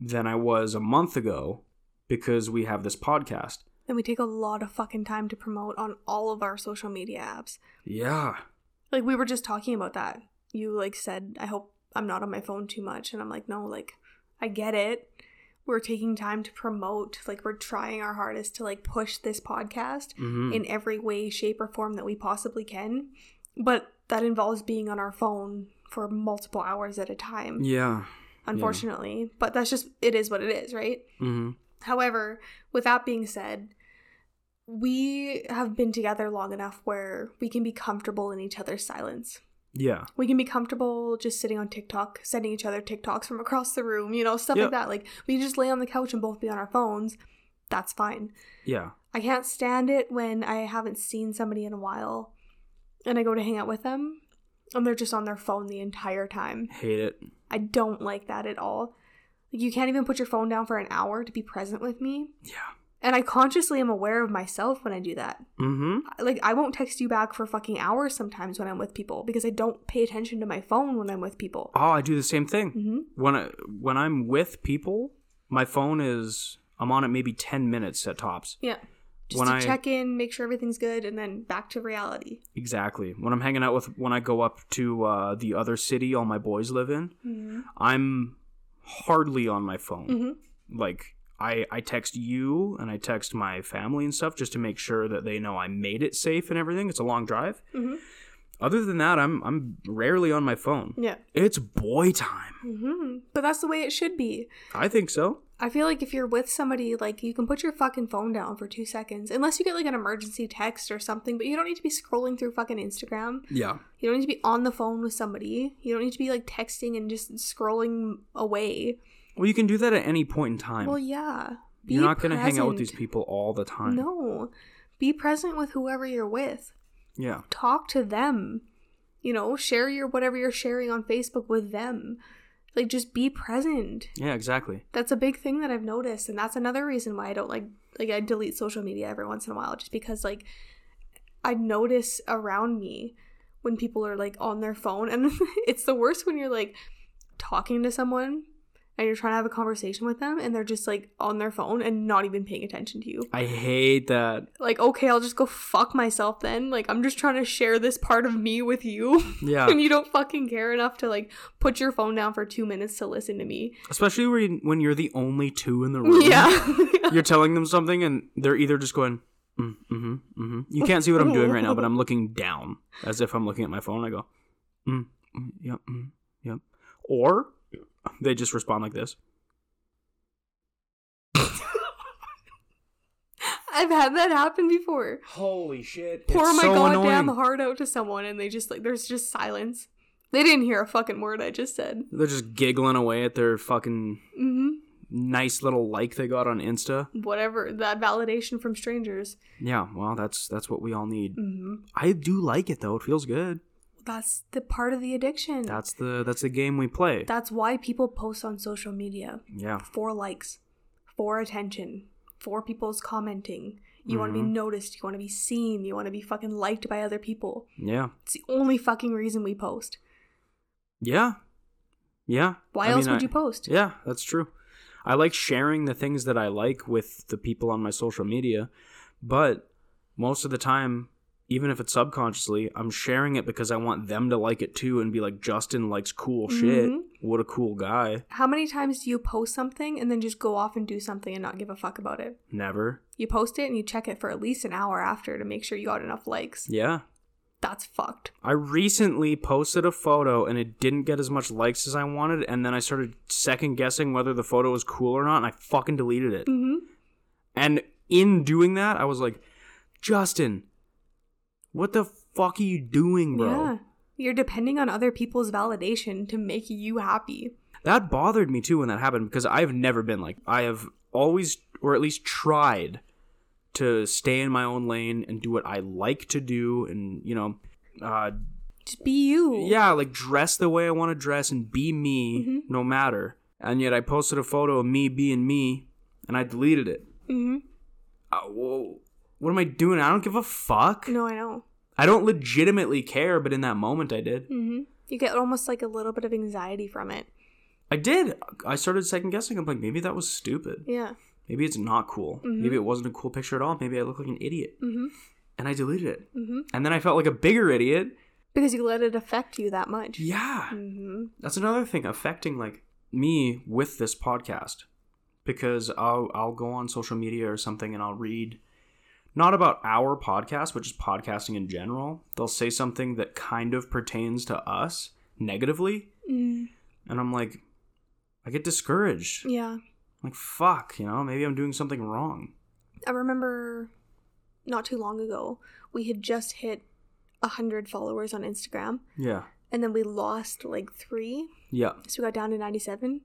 S1: than I was a month ago because we have this podcast.
S2: And we take a lot of fucking time to promote on all of our social media apps.
S1: Yeah.
S2: Like we were just talking about that. You like said, I hope I'm not on my phone too much. And I'm like, no, like I get it. We're taking time to promote, like we're trying our hardest to like push this podcast.
S1: hmm
S2: in every way, shape, or form that we possibly can. But that involves being on our phone for multiple hours at a time,
S1: yeah.
S2: unfortunately. But that's just, it is what it is, right?
S1: hmm
S2: However, with that being said, we have been together long enough where we can be comfortable in each other's silence.
S1: Yeah.
S2: We can be comfortable just sitting on TikTok, sending each other TikToks from across the room, you know, stuff
S1: Yeah.
S2: like that. Like, we can just lay on the couch and both be on our phones. That's fine.
S1: Yeah.
S2: I can't stand it when I haven't seen somebody in a while and I go to hang out with them and they're just on their phone the entire time.
S1: Hate it.
S2: I don't like that at all. Like you can't even put your phone down for an hour to be present with me.
S1: Yeah.
S2: And I consciously am aware of myself when I do that.
S1: Mm-hmm.
S2: Like I won't text you back for fucking hours sometimes when I'm with people because I don't pay attention to my phone when I'm with people.
S1: Oh, I do the same thing.
S2: Mhm.
S1: When I when I'm with people, my phone is I'm on it maybe ten minutes at tops.
S2: Yeah. Just
S1: When
S2: to
S1: I-
S2: check in, make sure everything's good, and then back to reality.
S1: Exactly. When I'm hanging out with when I go up to uh, the other city all my boys live in,
S2: Mm-hmm.
S1: I'm hardly on my phone.
S2: Mm-hmm.
S1: Like I I text you and I text my family and stuff just to make sure that they know I made it safe and everything. It's a long drive.
S2: Mhm.
S1: Other than that, I'm I'm rarely on my phone.
S2: Yeah.
S1: It's boy time.
S2: hmm But that's the way it should be.
S1: I think so.
S2: I feel like if you're with somebody, like you can put your fucking phone down for two seconds, unless you get like an emergency text or something. But you don't need to be scrolling through fucking Instagram.
S1: Yeah.
S2: You don't need to be on the phone with somebody. You don't need to be like texting and just scrolling away.
S1: Well, you can do that at any point in time.
S2: Well, yeah.
S1: You're not going to hang out with these
S2: present.
S1: people all the time.
S2: No, be present with whoever you're with.
S1: Yeah.
S2: Talk to them. You know, share your whatever you're sharing on Facebook with them. Like just be present.
S1: Yeah, exactly.
S2: That's a big thing that I've noticed and that's another reason why I don't like like I delete social media every once in a while just because like I notice around me when people are like on their phone and it's the worst when you're like talking to someone and you're trying to have a conversation with them and they're just like on their phone and not even paying attention to you.
S1: I hate that.
S2: Like, okay, I'll just go fuck myself then. Like, I'm just trying to share this part of me with you.
S1: Yeah.
S2: and you don't fucking care enough to like put your phone down for two minutes to listen to me.
S1: Especially when when you're the only two in the room.
S2: Yeah.
S1: You're telling them something and they're either just going, mm, mm-hmm, mm-hmm. You can't see what I'm doing right now, but I'm looking down as if I'm looking at my phone. I go, mm, mm, yep, mm, yep. Or they just respond like this.
S2: I've had that happen before.
S1: Holy shit.
S2: Pour my goddamn heart out to someone and they just like, there's just silence. They didn't hear a fucking word I just said.
S1: They're just giggling away at their fucking
S2: hmm.
S1: nice little like they got on Insta.
S2: Whatever, that validation from strangers.
S1: Yeah, well, that's that's what we all need.
S2: hmm
S1: I do like it though. It feels good.
S2: That's the part of the addiction.
S1: That's the that's the game we play.
S2: That's why people post on social media
S1: Yeah.
S2: for likes, for attention, for people's commenting. You want to
S1: Mm-hmm.
S2: be noticed, you want to be seen, you want to be fucking liked by other people.
S1: Yeah.
S2: It's the only fucking reason we post.
S1: Yeah. Yeah.
S2: Why
S1: I
S2: else
S1: mean, I-
S2: would you post?
S1: Yeah, that's true. I like sharing the things that I like with the people on my social media, but most of the time, even if it's subconsciously, I'm sharing it because I want them to like it too and be like, Justin likes cool shit.
S2: Mhm.
S1: What a cool guy.
S2: How many times do you post something and then just go off and do something and not give a fuck about it?
S1: Never.
S2: You post it and you check it for at least an hour after to make sure you got enough likes.
S1: Yeah.
S2: That's fucked.
S1: I recently posted a photo and it didn't get as much likes as I wanted, and then I started second guessing whether the photo was cool or not, and I fucking deleted it.
S2: hmm
S1: And in doing that, I was like, Justin, what the fuck are you doing, bro?
S2: Yeah. You're depending on other people's validation to make you happy.
S1: That bothered me too when that happened because I've never been like, I have always, or at least tried, to stay in my own lane and do what I like to do and, you know, uh,
S2: Just be you.
S1: yeah, like dress the way I want to dress and be me
S2: Mm-hmm.
S1: no matter. And yet I posted a photo of me being me and I deleted it.
S2: hmm
S1: Uh, whoa. What am I doing? I don't give a fuck.
S2: No, I know.
S1: I don't legitimately care, but in that moment I did.
S2: hmm You get almost like a little bit of anxiety from it.
S1: I did. I started second guessing. I'm like, maybe that was stupid.
S2: Yeah.
S1: Maybe it's not cool. Maybe it wasn't a cool picture at all. Maybe I look like an idiot.
S2: hmm
S1: And I deleted it.
S2: hmm
S1: And then I felt like a bigger idiot.
S2: Because you let it affect you that much.
S1: Yeah.
S2: hmm
S1: That's another thing affecting like me with this podcast because I'll I'll go on social media or something and I'll read not about our podcast but just podcasting in general. They'll say something that kind of pertains to us negatively
S2: mm
S1: and I'm like I get discouraged.
S2: Yeah.
S1: Like fuck, you know, maybe I'm doing something wrong.
S2: I remember not too long ago, we had just hit 100 followers on Instagram,
S1: Yeah.
S2: and then we lost like three.
S1: Yeah.
S2: So we got down to 97.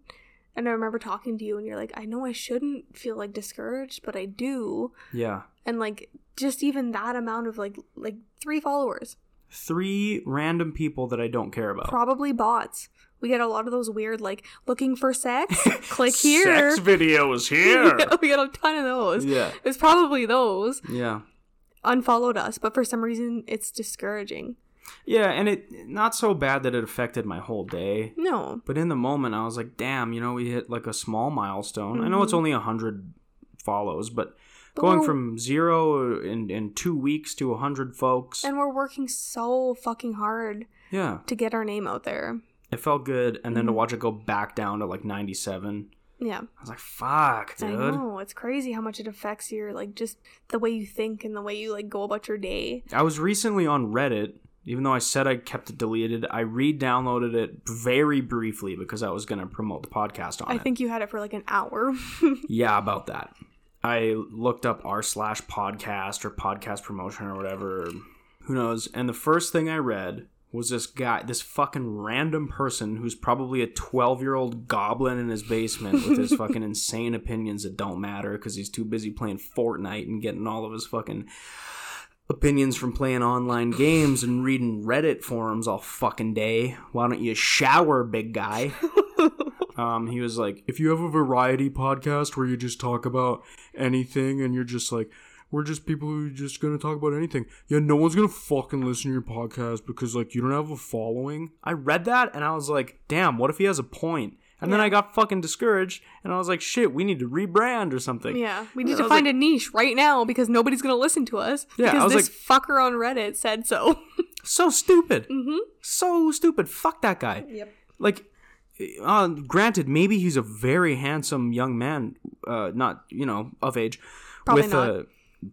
S2: And I remember talking to you, and you're like, I know I shouldn't feel like discouraged, but I do.
S1: Yeah.
S2: And like, just even that amount of like, like three followers,
S1: Three random people that I don't care about.
S2: probably bots. We get a lot of those weird, like, looking for sex, click here.
S1: Sex video is here.
S2: we got a ton of those.
S1: yeah.
S2: It was probably those
S1: Yeah.
S2: unfollowed us, but for some reason, it's discouraging.
S1: Yeah, and it not so bad that it affected my whole day.
S2: No.
S1: But in the moment, I was like, "Damn, you know, we hit like a small milestone." I know it's only hundred follows, but,
S2: Mm-hmm. But
S1: going
S2: we're-
S1: from zero in in two weeks to hundred folks,
S2: And we're working so fucking hard
S1: yeah,
S2: to get our name out there.
S1: it felt good. And
S2: Mm-hmm.
S1: then to watch it go back down to like ninety seven,
S2: Yeah.
S1: I was like, "Fuck,
S2: I
S1: dude."
S2: know. It's crazy how much it affects your, like, just the way you think and the way you, like, go about your day.
S1: I was recently on Reddit. Even though I said I kept it deleted, I re-downloaded it very briefly because I was going to promote the podcast on
S2: I
S1: it.
S2: think you had it for, like, an hour.
S1: Yeah, about that. I looked up r slash podcast or podcast promotion or whatever. Who knows? And the first thing I read was this guy, this fucking random person who's probably a 12 year old goblin in his basement with his fucking insane opinions that don't matter because he's too busy playing Fortnite and getting all of his fucking opinions from playing online games and reading Reddit forums all fucking day. Why don't you shower, big guy? Um, he was like, if you have a variety podcast where you just talk about anything and you're just like, we're just people who are just gonna talk about anything. Yeah, no one's gonna fucking listen to your podcast because like you don't have a following. I read that and I was like, damn, what if he has a point? And then I got fucking discouraged and I was like, shit, we need to rebrand or something.
S2: Yeah, we need
S1: I
S2: to
S1: was
S2: find a niche right now because nobody's gonna listen to us.
S1: Yeah, I
S2: because
S1: was
S2: this fucker on Reddit said so.
S1: So stupid. Mm-hmm. So stupid. Fuck that guy.
S2: Yep.
S1: like uh, granted maybe he's a very handsome young man uh, not you know of age
S2: Probably
S1: with
S2: not.
S1: a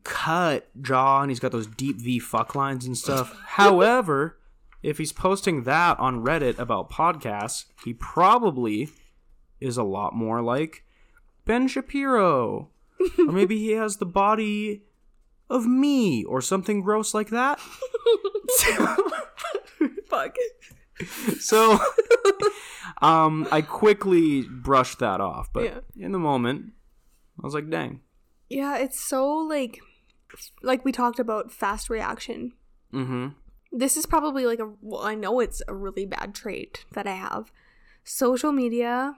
S1: cut jaw and he's got those deep v fuck lines and stuff however if he's posting that on reddit about podcasts he probably is a lot more like ben shapiro or maybe he has the body of me or something gross like that
S2: Fuck.
S1: So, um, I quickly brushed that off, but
S2: Yeah.
S1: in the moment, I was like, "Dang,
S2: Yeah, it's so like, like we talked about fast reaction.
S1: mm-hmm.
S2: This is probably like a. Well, I know it's a really bad trait that I have. Social media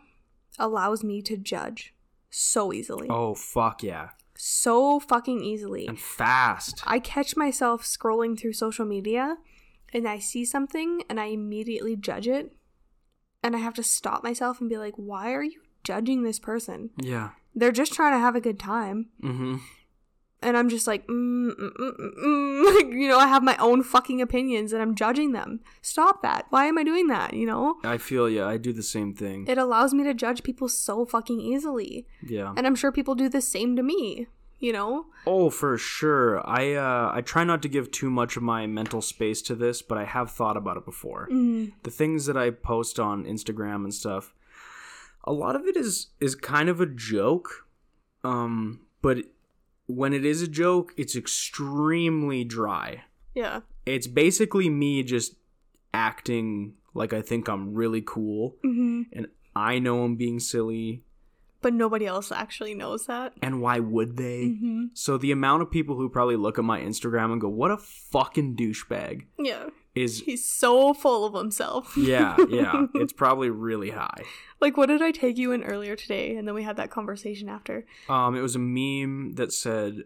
S2: allows me to judge so easily,
S1: oh fuck yeah,
S2: so fucking easily.
S1: and fast."
S2: I catch myself scrolling through social media and I see something and I immediately judge it. And I have to stop myself and be like, why are you judging this person?
S1: Yeah.
S2: They're just trying to have a good time.
S1: Mm-hmm.
S2: And I'm just like, mm, mm, mm, mm, mm. Like, you know, I have my own fucking opinions and I'm judging them. Stop that. Why am I doing that? You know?
S1: I feel yeah. I do the same thing.
S2: It allows me to judge people so fucking easily.
S1: yeah.
S2: And I'm sure people do the same to me, you know?
S1: Oh, for sure. I uh, I try not to give too much of my mental space to this, but I have thought about it before.
S2: Mm,
S1: the things that I post on Instagram and stuff, a lot of it is is kind of a joke. Um, but when it is a joke, it's extremely dry.
S2: yeah.
S1: It's basically me just acting like I think I'm really cool
S2: hmm
S1: and I know I'm being silly
S2: But nobody else actually knows that.
S1: and why would they?
S2: hmm
S1: So the amount of people who probably look at my Instagram and go, "What a fucking douchebag."
S2: Yeah.
S1: is
S2: He's so full of himself.
S1: yeah, yeah. It's probably really high.
S2: Like, what did I take you in earlier today? And then we had that conversation after.
S1: Um, it was a meme that said,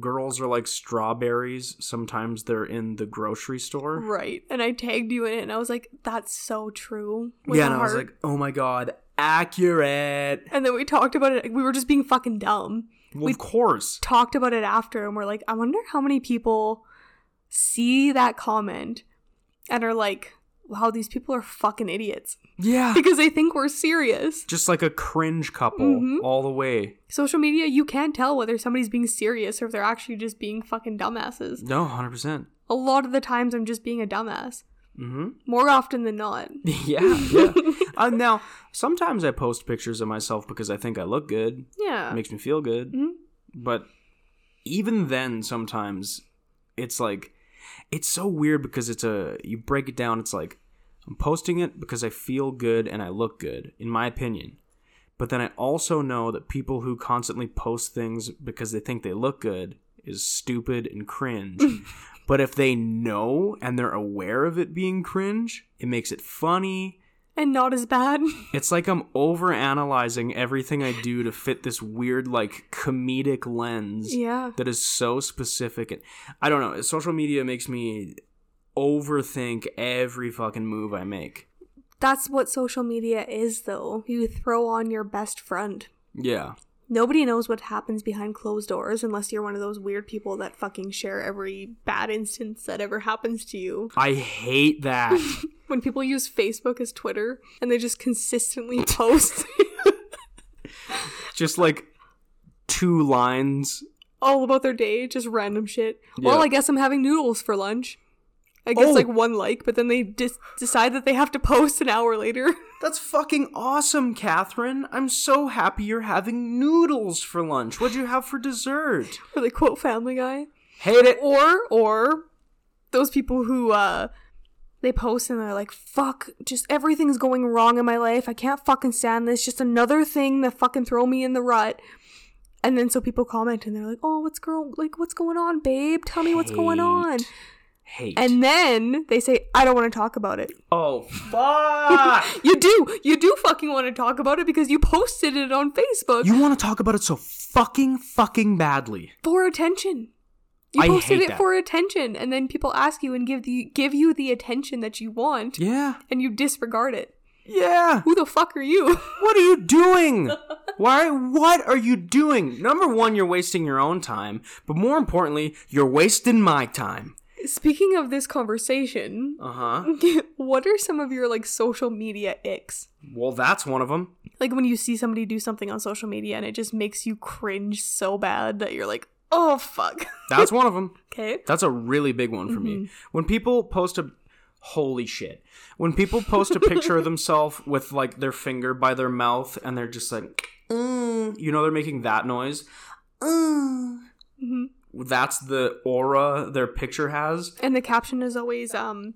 S1: "Girls are like strawberries. Sometimes they're in the grocery store."
S2: Right. And I tagged you in it, and I was like, that's so true. with
S1: yeah,
S2: a
S1: and I was
S2: heart.
S1: like, "Oh my god, accurate."
S2: and then we talked about it. We were just being fucking dumb.
S1: Well,
S2: We-
S1: of course.
S2: Talked about it after, and we're like, I wonder how many people see that comment and are like, wow, these people are fucking idiots
S1: Yeah,
S2: because they think we're serious.
S1: just like a cringe couple
S2: Mhm.
S1: all the way.
S2: Social media, you can't tell whether somebody's being serious or if they're actually just being fucking dumbasses.
S1: No, hundred percent.
S2: a lot of the times I'm just being a dumbass.
S1: Mm-hmm.
S2: More often than not.
S1: Yeah. yeah. uh, now, sometimes I post pictures of myself because I think I look good.
S2: Yeah.
S1: It makes me feel good.
S2: Mhm.
S1: But even then, sometimes it's like it's so weird because it's a you break it down. It's like I'm posting it because I feel good and I look good, in my opinion. But then I also know that people who constantly post things because they think they look good is stupid and cringe. but if they know and they're aware of it being cringe, it makes it funny.
S2: and not as bad.
S1: It's like I'm overanalyzing everything I do to fit this weird, like, comedic lens
S2: yeah.
S1: that is so specific. And I don't know. Social media makes me overthink every fucking move I make.
S2: That's what social media is, though. You throw on your best front.
S1: Yeah.
S2: Nobody knows what happens behind closed doors unless you're one of those weird people that fucking share every bad instance that ever happens to you.
S1: I hate that.
S2: When people use Facebook as Twitter and they just consistently post
S1: Just like two lines.
S2: all about their day, just random shit.
S1: Yeah.
S2: Well, I guess I'm having noodles for lunch. I guess
S1: Oh.
S2: like one like, but then they dis- decide that they have to post an hour later.
S1: That's fucking awesome, Catherine. I'm so happy you're having noodles for lunch. What'd you have for dessert?
S2: or they quote Family Guy.
S1: Hate it.
S2: Or or those people who uh they post and they're like, "Fuck, just everything's going wrong in my life. I can't fucking stand this. Just another thing that fucking throw me in the rut." And then so people comment and they're like, "Oh, what's girl like? What's going on, babe? Tell me what's going
S1: Hate.
S2: on."
S1: hate.
S2: And then they say, I don't want to talk about it.
S1: oh fuck!
S2: You do. You do fucking want to talk about it because you posted it on Facebook
S1: you want to talk about it so fucking fucking badly.
S2: for attention. You
S1: I
S2: posted
S1: hate
S2: it
S1: that.
S2: for attention and then people ask you and give the give you the attention that you want
S1: Yeah.
S2: and you disregard it.
S1: Yeah.
S2: Who the fuck are you?
S1: What are you doing? Why? What are you doing? Number one, you're wasting your own time, but more importantly, you're wasting my time.
S2: Speaking of this conversation,
S1: Uh huh.
S2: what are some of your like social media icks?
S1: Well, that's one of them.
S2: Like when you see somebody do something on social media and it just makes you cringe so bad that you're like, "Oh fuck."
S1: That's one of them.
S2: Okay.
S1: That's a really big one for me. When people post a holy shit. When people post a picture of themselves with like their finger by their mouth and they're just like, "Mm," you know, they're making that noise. "Mm."
S2: Mhm.
S1: That's the aura their picture has.
S2: And the caption is always um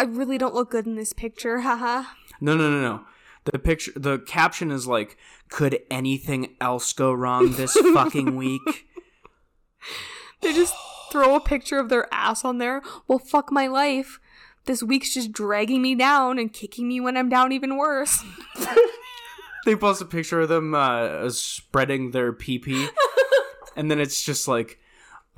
S2: I really don't look good in this picture. Haha.
S1: No, no, no, no. The picture, the caption is like, "Could anything else go wrong this fucking week?"
S2: They just throw a picture of their ass on there. Well, fuck my life. This week's just dragging me down and kicking me when I'm down even worse.
S1: they post a picture of them uh, spreading their pee pee, and then it's just like,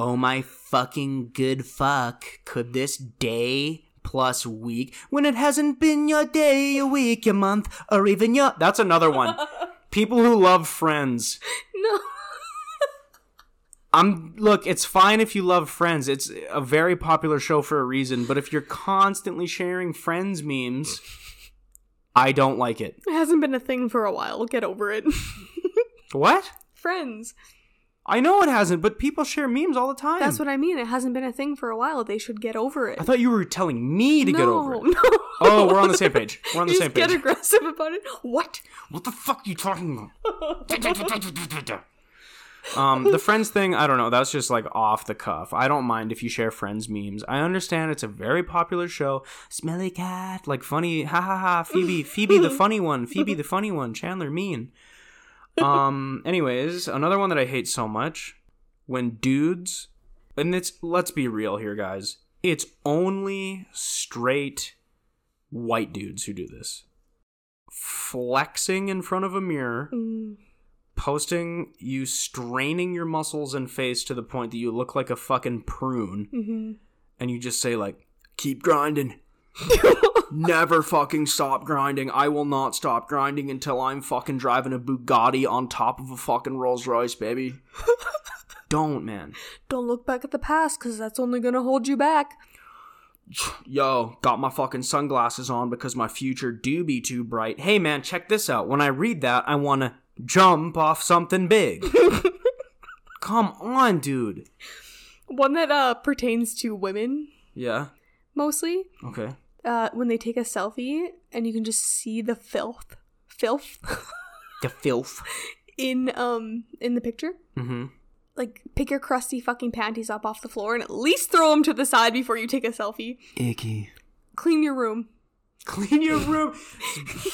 S1: oh my fucking good fuck, could this day plus week, when it hasn't been your day, your week, your month, or even your. That's another one. People who love friends.
S2: No.
S1: I'm look, it's fine if you love Friends. It's a very popular show for a reason, but if you're constantly sharing Friends memes, I don't like it.
S2: It hasn't been a thing for a while. Get over it.
S1: What?
S2: Friends.
S1: I know it hasn't, but people share memes all the time.
S2: That's what I mean. It hasn't been a thing for a while. They should get over it.
S1: I thought you were telling me to
S2: no,
S1: get over it.
S2: No.
S1: Oh, we're on the same page. We're on the
S2: You
S1: same
S2: just
S1: page.
S2: get aggressive about it. What?
S1: What the fuck you talking about? um, the friends thing, I don't know. That's just like off the cuff. I don't mind if you share friends memes. I understand it's a very popular show. Smelly cat, like funny, ha ha ha. Phoebe, Phoebe the funny one, Phoebe the funny one. Chandler mean. Um. Anyways, another one that I hate so much when dudes, and it's let's be real here, guys. It's only straight white dudes who do this. Flexing in front of a mirror
S2: Mm,
S1: posting you straining your muscles and face to the point that you look like a fucking prune
S2: mhm.
S1: and you just say like keep grinding never fucking stop grinding i will not stop grinding until i'm fucking driving a bugatti on top of a fucking rolls royce baby don't man
S2: Don't look back at the past because that's only going to hold you back.
S1: yo got my fucking sunglasses on because my future do be too bright hey man check this out when i read that i want to jump off something big come on dude
S2: One that uh, pertains to women
S1: yeah
S2: mostly.
S1: Okay.
S2: uh, when they take a selfie and you can just see the filth filth
S1: The filth.
S2: in um in the picture
S1: Mm-hmm.
S2: like pick your crusty fucking panties up off the floor and at least throw them to the side before you take a selfie
S1: Icky.
S2: clean your room
S1: Clean your room.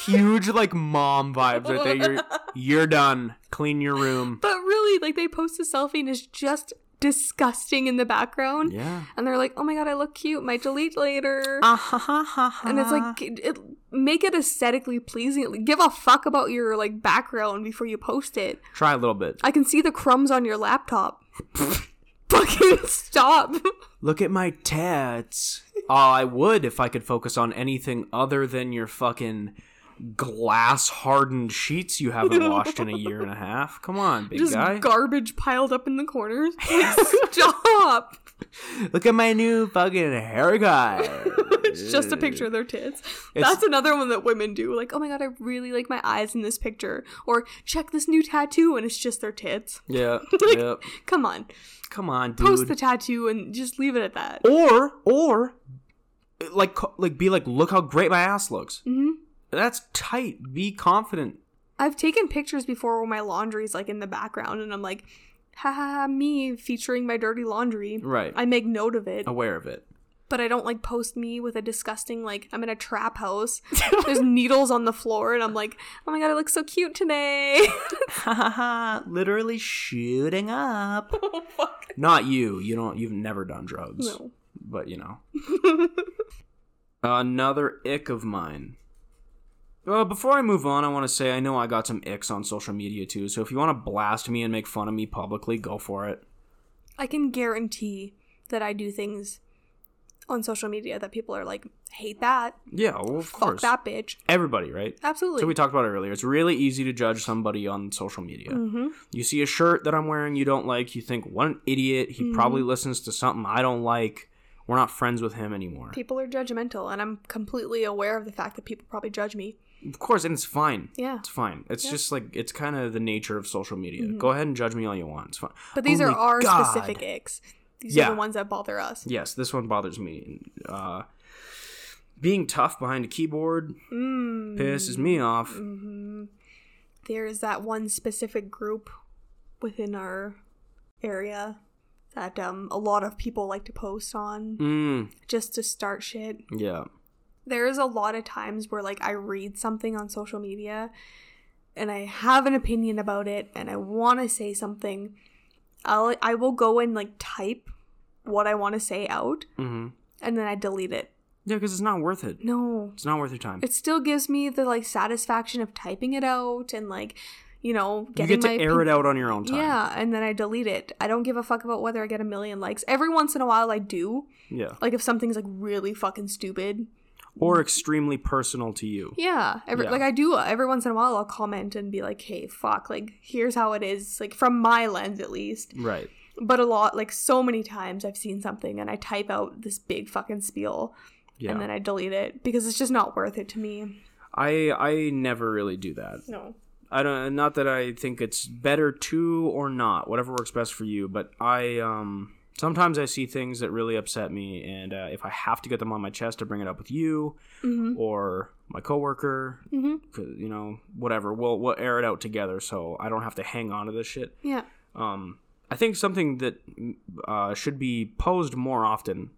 S1: Huge like mom vibes right there. You're, you're done. Clean your room.
S2: but really like they post a selfie and it's just disgusting in the background
S1: Yeah.
S2: and they're like oh my god i look cute might delete later
S1: Ah ha ha ha ha.
S2: and it's like it, it- make it aesthetically pleasing give a fuck about your like background before you post it
S1: try a little bit.
S2: I can see the crumbs on your laptop. Fucking stop.
S1: Look at my tats. Oh, I would if I could focus on anything other than your fucking glass hardened sheets you haven't washed in a year and a half. Come on, big
S2: Just
S1: guy.
S2: garbage piled up in the corners. Like, stop.
S1: Look at my new fucking haircut.
S2: It's just a picture of their tits.
S1: It's-
S2: That's another one that women do. Like, oh my god, I really like my eyes in this picture. Or check this new tattoo and it's just their tits.
S1: yeah.
S2: Like,
S1: Yep.
S2: Come on.
S1: Come on, dude.
S2: Post the tattoo and just leave it at that.
S1: or or like co- like be like look how great my ass looks
S2: hmm
S1: that's tight be confident
S2: I've taken pictures before where my laundry's like in the background and I'm like, "Ha ha, ha, me featuring my dirty laundry.
S1: right Oh.
S2: I make note of it.
S1: aware of it
S2: but I don't like post me with a disgusting like I'm in a trap house. There's needles on the floor and I'm like, "Oh my god, I look so cute today."
S1: literally shooting up
S2: Fuck.
S1: Oh not you you don't you've never done drugs
S2: No.
S1: but you know. Another ick of mine. Well, before I move on, I want to say I know I got some icks on social media too, so if you want to blast me and make fun of me publicly, go for it.
S2: I can guarantee that I do things on social media that people are like, hate that,
S1: Yeah, well, of
S2: fuck
S1: course.
S2: that bitch.
S1: Everybody, right?
S2: Absolutely.
S1: So we talked about it earlier. It's really easy to judge somebody on social media.
S2: mm-hmm.
S1: You see a shirt that I'm wearing you don't like, you think, what an idiot.
S2: Mm-hmm.
S1: He probably listens to something I don't like. We're not friends with him anymore.
S2: People are judgmental, and I'm completely aware of the fact that people probably judge me.
S1: Of course, and it's fine.
S2: Yeah. Mm-hmm.
S1: It's fine. It's just like, it's kind of the nature of social media. Go ahead and judge me all you want. It's fine.
S2: But these
S1: Oh
S2: are
S1: my
S2: our
S1: God.
S2: specific icks. These
S1: Yeah.
S2: are the ones that bother us.
S1: Yes, this one bothers me. Uh, being tough behind a keyboard
S2: Mm.
S1: pisses me off.
S2: hmm There is that one specific group within our area that um, a lot of people like to post on
S1: Mm,
S2: just to start shit.
S1: yeah.
S2: There is a lot of times where like I read something on social media and I have an opinion about it and I want to say something. I'll I will go and like type what I want to say out
S1: hmm
S2: and then I delete it.
S1: Yeah, because it's not worth it.
S2: No,
S1: It's not worth your time.
S2: it still gives me the like satisfaction of typing it out and like you know
S1: You
S2: getting
S1: get to
S2: my
S1: air it out on your own
S2: opinion-
S1: time.
S2: yeah and then i delete it i don't give a fuck about whether i get a million likes every once in a while i do
S1: Yeah.
S2: like if something's like really fucking stupid
S1: Or extremely personal to you.
S2: yeah, every,
S1: Yeah.
S2: like i do every once in a while i'll comment and be like hey fuck like here's how it is like from my lens at least
S1: Right.
S2: but a lot like so many times i've seen something and i type out this big fucking spiel
S1: Yeah.
S2: and then i delete it because it's just not worth it to me
S1: I I never really do that.
S2: no
S1: I don't not that I think it's better to or not, whatever works best for you, but I um sometimes I see things that really upset me and uh, if I have to get them on my chest to bring it up with you
S2: mm-hmm
S1: or my coworker,
S2: mm-hmm
S1: 'cause, you know, whatever, we'll we'll air it out together so I don't have to hang on to this shit.
S2: yeah
S1: Um I think something that uh, should be posed more often.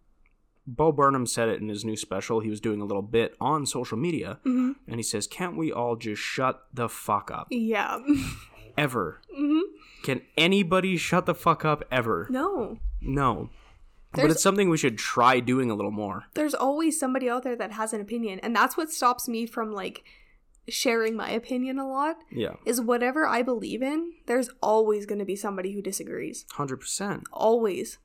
S1: Bo Burnham said it in his new special. He was doing a little bit on social media.
S2: mm-hmm
S1: and he says, "Can't we all just shut the fuck up?
S2: Yeah.
S1: Ever?
S2: hmm
S1: Can anybody shut the fuck up ever?
S2: No.
S1: No." but
S2: There's-
S1: it's something we should try doing a little more.
S2: There's always somebody out there that has an opinion, and that's what stops me from like sharing my opinion a lot
S1: Yeah,
S2: is whatever I believe in, there's always going to be somebody who disagrees.
S1: hundred percent.
S2: Always.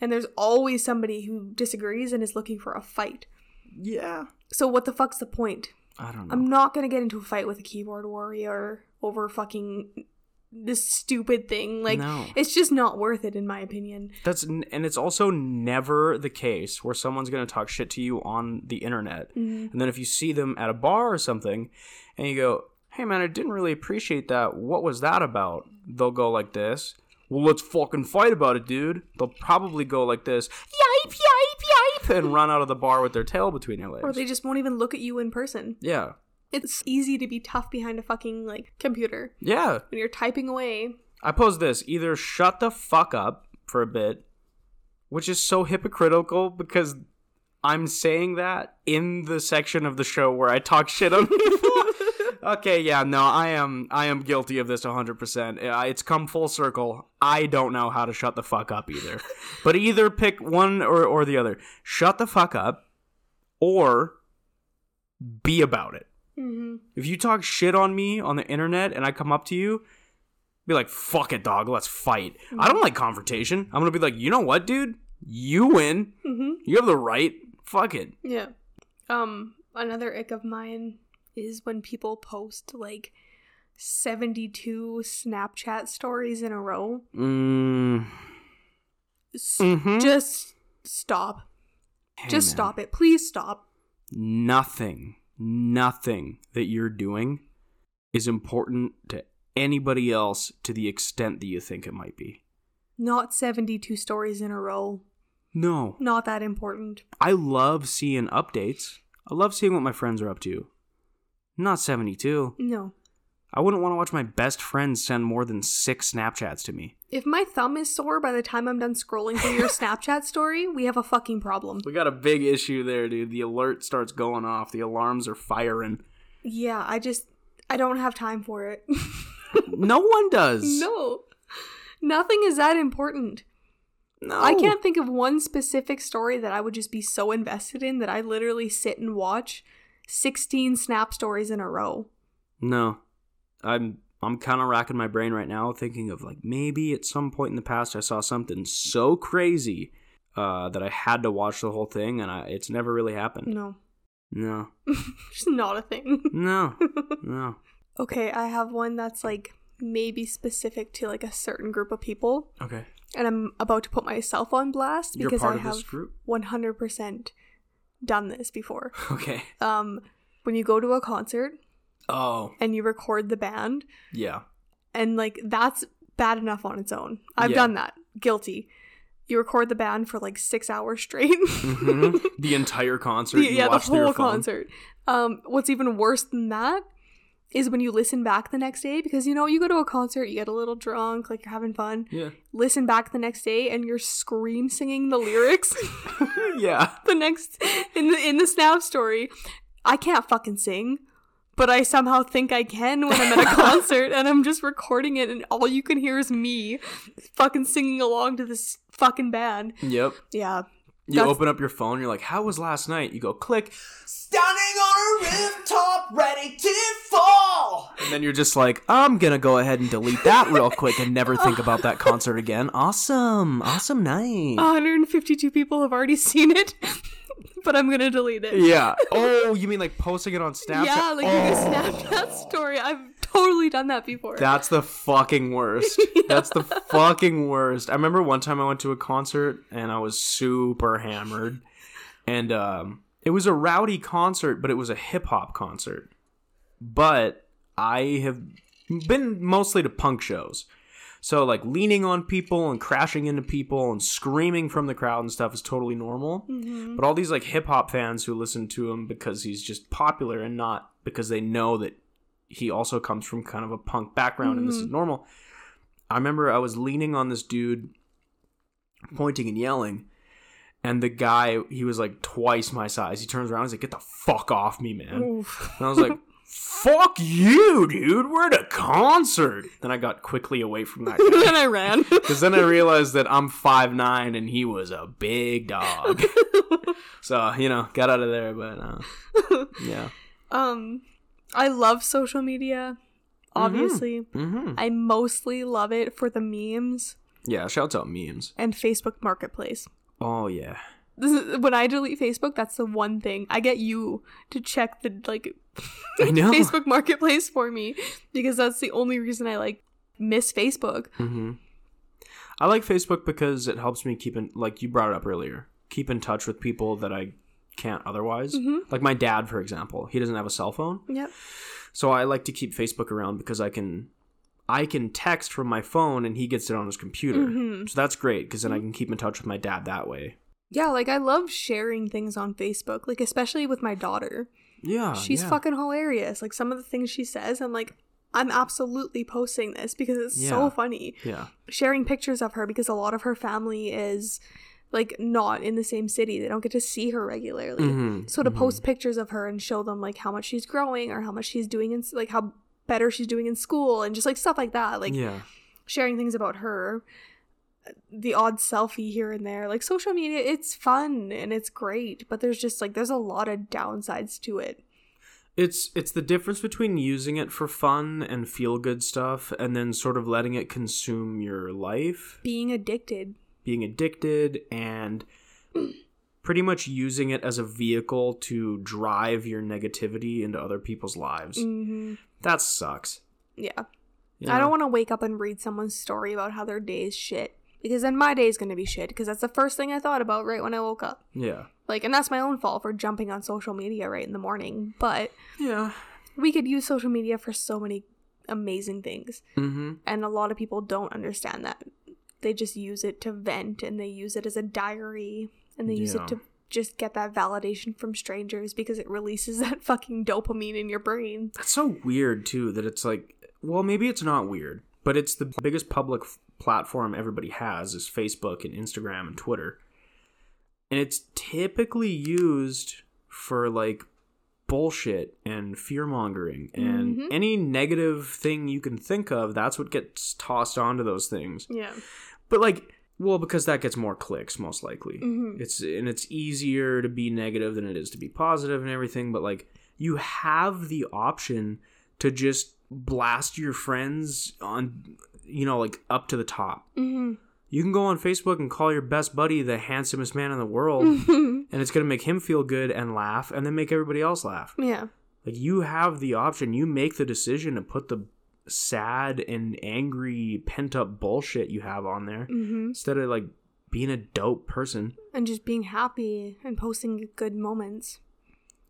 S2: And there's always somebody who disagrees and is looking for a fight.
S1: Yeah,
S2: So what the fuck's the point?
S1: I don't know.
S2: I'm not going to get into a fight with a keyboard warrior over fucking this stupid thing. Like
S1: No.
S2: it's just not worth it in my opinion.
S1: That's n- and it's also never the case where someone's gonna talk shit to you on the internet,
S2: Mm-hmm.
S1: and then if you see them at a bar or something, and you go, "Hey man, I didn't really appreciate that. What was that about?" They'll go like this. Well, let's fucking fight about it, dude. They'll probably go like this, yipe, yipe, yipe, and run out of the bar with their tail between their legs.
S2: Or they just won't even look at you in person.
S1: yeah,
S2: It's easy to be tough behind a fucking like computer
S1: yeah.
S2: when you're typing away.
S1: I pose this: either shut the fuck up for a bit, which is so hypocritical because I'm saying that in the section of the show where I talk shit on people. okay, yeah, no, I am I am guilty of this 100%. Uh, It's come full circle. I don't know how to shut the fuck up either. but either pick one or or the other. Shut the fuck up or be about it.
S2: hmm
S1: If you talk shit on me on the internet and I come up to you, be like, fuck it, dog, let's fight. I don't like confrontation. I'm gonna be like, you know what, dude? You win.
S2: hmm
S1: You have the right. Fuck it.
S2: Yeah. Um. Another ick of mine is when people post like seventy-two Snapchat stories in a row.
S1: Mm.
S2: S-
S1: hmm
S2: Just stop. Just stop it, please stop.
S1: Nothing, nothing that you're doing is important to anybody else to the extent that you think it might be.
S2: Not seventy-two stories in a row.
S1: No.
S2: Not that important.
S1: I love seeing updates. I love seeing what my friends are up to. Not 72.
S2: No.
S1: I wouldn't want to watch my best friend send more than six Snapchats to me.
S2: If my thumb is sore by the time I'm done scrolling through your Snapchat story, we have a fucking problem.
S1: We got a big issue there, dude. The alert starts going off, the alarms are firing.
S2: Yeah, I just I don't have time for it.
S1: no one does.
S2: no. Nothing is that important.
S1: No,
S2: I can't think of one specific story that I would just be so invested in that I literally sit and watch 16 snap stories in a row.
S1: No, I'm I'm kind of racking my brain right now, thinking of like maybe at some point in the past I saw something so crazy uh, that I had to watch the whole thing, and I, it's never really happened.
S2: No,
S1: No,
S2: just not a thing.
S1: no, no.
S2: okay, I have one that's like maybe specific to like a certain group of people,
S1: Okay,
S2: and I'm about to put myself on blast
S1: you're
S2: because
S1: part
S2: I
S1: of
S2: have
S1: this group.
S2: 100% done this before.
S1: Okay.
S2: Um, when you go to a concert
S1: Oh,
S2: and you record the band,
S1: yeah.
S2: and like that's bad enough on its own. I've
S1: Yeah.
S2: done that. Guilty. You record the band for like six hours straight.
S1: hmm the entire concert.
S2: The-
S1: you
S2: yeah, the
S1: watch through your
S2: whole
S1: phone.
S2: concert. Um, what's even worse than that is when you listen back the next day because you know you go to a concert, you get a little drunk, like you're having fun.
S1: Yeah.
S2: Listen back the next day, and you're scream singing the lyrics.
S1: yeah.
S2: the next in the in the snap story, I can't fucking sing. But I somehow think I can when I'm at a concert and I'm just recording it, and all you can hear is me fucking singing along to this fucking band.
S1: Yep.
S2: Yeah.
S1: You
S2: That's-
S1: open up your phone, you're like, how was last night? You go click,
S3: Standing on a rooftop, ready to fall.
S1: and then you're just like, I'm gonna go ahead and delete that real quick and never think about that concert again. Awesome. Awesome night.
S2: 152 people have already seen it, but I'm gonna delete it.
S1: yeah. Oh, you mean like posting it on Snapchat?
S2: Yeah, like you snap that story. I've totally done Oh. that before.
S1: That's the fucking worst. That's the fucking worst. I remember one time I went to a concert and I was super hammered. And um it was a rowdy concert, but it was a hip hop concert. But I have been mostly to punk shows. So like leaning on people and crashing into people and screaming from the crowd and stuff is totally normal.
S2: Mm-hmm.
S1: But all these like hip hop fans who listen to him because he's just popular and not because they know that he also comes from kind of a punk background and this is normal. I remember I was leaning on this dude pointing and yelling and the guy he was like twice my size. He turns around he's like get the fuck off me, man.
S2: Oof.
S1: And I was like, fuck you, dude. We're at a concert. Then I got quickly away from that guy.
S2: then I ran.
S1: Because then I realized that I'm 5'9 and he was a big dog. so, you know, got out of there. But, uh, yeah.
S2: um, I love social media. Obviously,
S1: Mm-hmm.
S2: I mostly love it for the memes
S1: Yeah, shouts out memes.
S2: and Facebook Marketplace.
S1: Oh, yeah.
S2: This is, when I delete Facebook, that's the one thing I get you to check the like
S1: I know.
S2: Facebook Marketplace for me because that's the only reason I like miss Facebook.
S1: hmm I like Facebook because it helps me keep in, like you brought it up earlier, keep in touch with people that I can't otherwise.
S2: Mm-hmm.
S1: Like my dad, for example, he doesn't have a cell phone.
S2: Yep.
S1: So I like to keep Facebook around because I can I can text from my phone and he gets it on his computer.
S2: Mhm.
S1: So that's great because then I can keep in touch with my dad that way.
S2: Yeah, like I love sharing things on Facebook, like especially with my daughter.
S1: Ah, Yeah.
S2: She's fucking hilarious. Like some of the things she says, I'm like, I'm absolutely posting this because it's
S1: Yeah.
S2: so funny.
S1: Yeah.
S2: Sharing pictures of her because a lot of her family is like not in the same city. They don't get to see her regularly.
S1: Mhm,
S2: So to
S1: mhm.
S2: post pictures of her and show them like how much she's growing or how much she's doing in like how better she's doing in school and just like stuff like that. Like
S1: Mm-hmm. Yeah.
S2: sharing things about her uh, the odd selfie here and there like social media it's fun and it's great but there's just like there's a lot of downsides to it
S1: It's it's the difference between using it for fun and feel good stuff and then sort of letting it consume your life,
S2: being addicted
S1: being addicted and pretty much using it as a vehicle to drive your negativity into other people's lives.
S2: hmm
S1: That sucks.
S2: yeah.
S1: you
S2: i
S1: know?
S2: don't want to wake up and read someone's story about how their day is shit because then my day is going to be shit because that's the first thing i thought about right when i woke up
S1: Yeah.
S2: like and that's my own fault for jumping on social media right in the morning but
S1: Yeah.
S2: we could use social media for so many amazing things
S1: Mm-hmm.
S2: and a lot of people don't understand that they just use it to vent and they use it as a diary and they use
S1: Yeah.
S2: it to just get that validation from strangers because it releases that fucking dopamine in your brain
S1: That's so weird too that it's like well maybe it's not weird, but it's the biggest public f- platform everybody has is Facebook and Instagram and Twitter. And it's typically used for like bullshit and fear-mongering and
S2: Mhm.
S1: any negative thing you can think of, that's what gets tossed onto those things.
S2: yeah
S1: But like Well, because that gets more clicks, most likely.
S2: Mhm.
S1: It's and it's easier to be negative than it is to be positive and everything. But like, you have the option to just blast your friends on, you know, like up to the top.
S2: Mm-hmm.
S1: You can go on Facebook and call your best buddy the handsomest man in the world,
S2: Mm-hmm.
S1: and it's gonna make him feel good and laugh, and then make everybody else laugh.
S2: yeah.
S1: Like you have the option. You make the decision to put the sad and angry pent up bullshit you have on there
S2: Mm-hmm.
S1: instead of like being a dope person.
S2: And just being happy and posting good moments.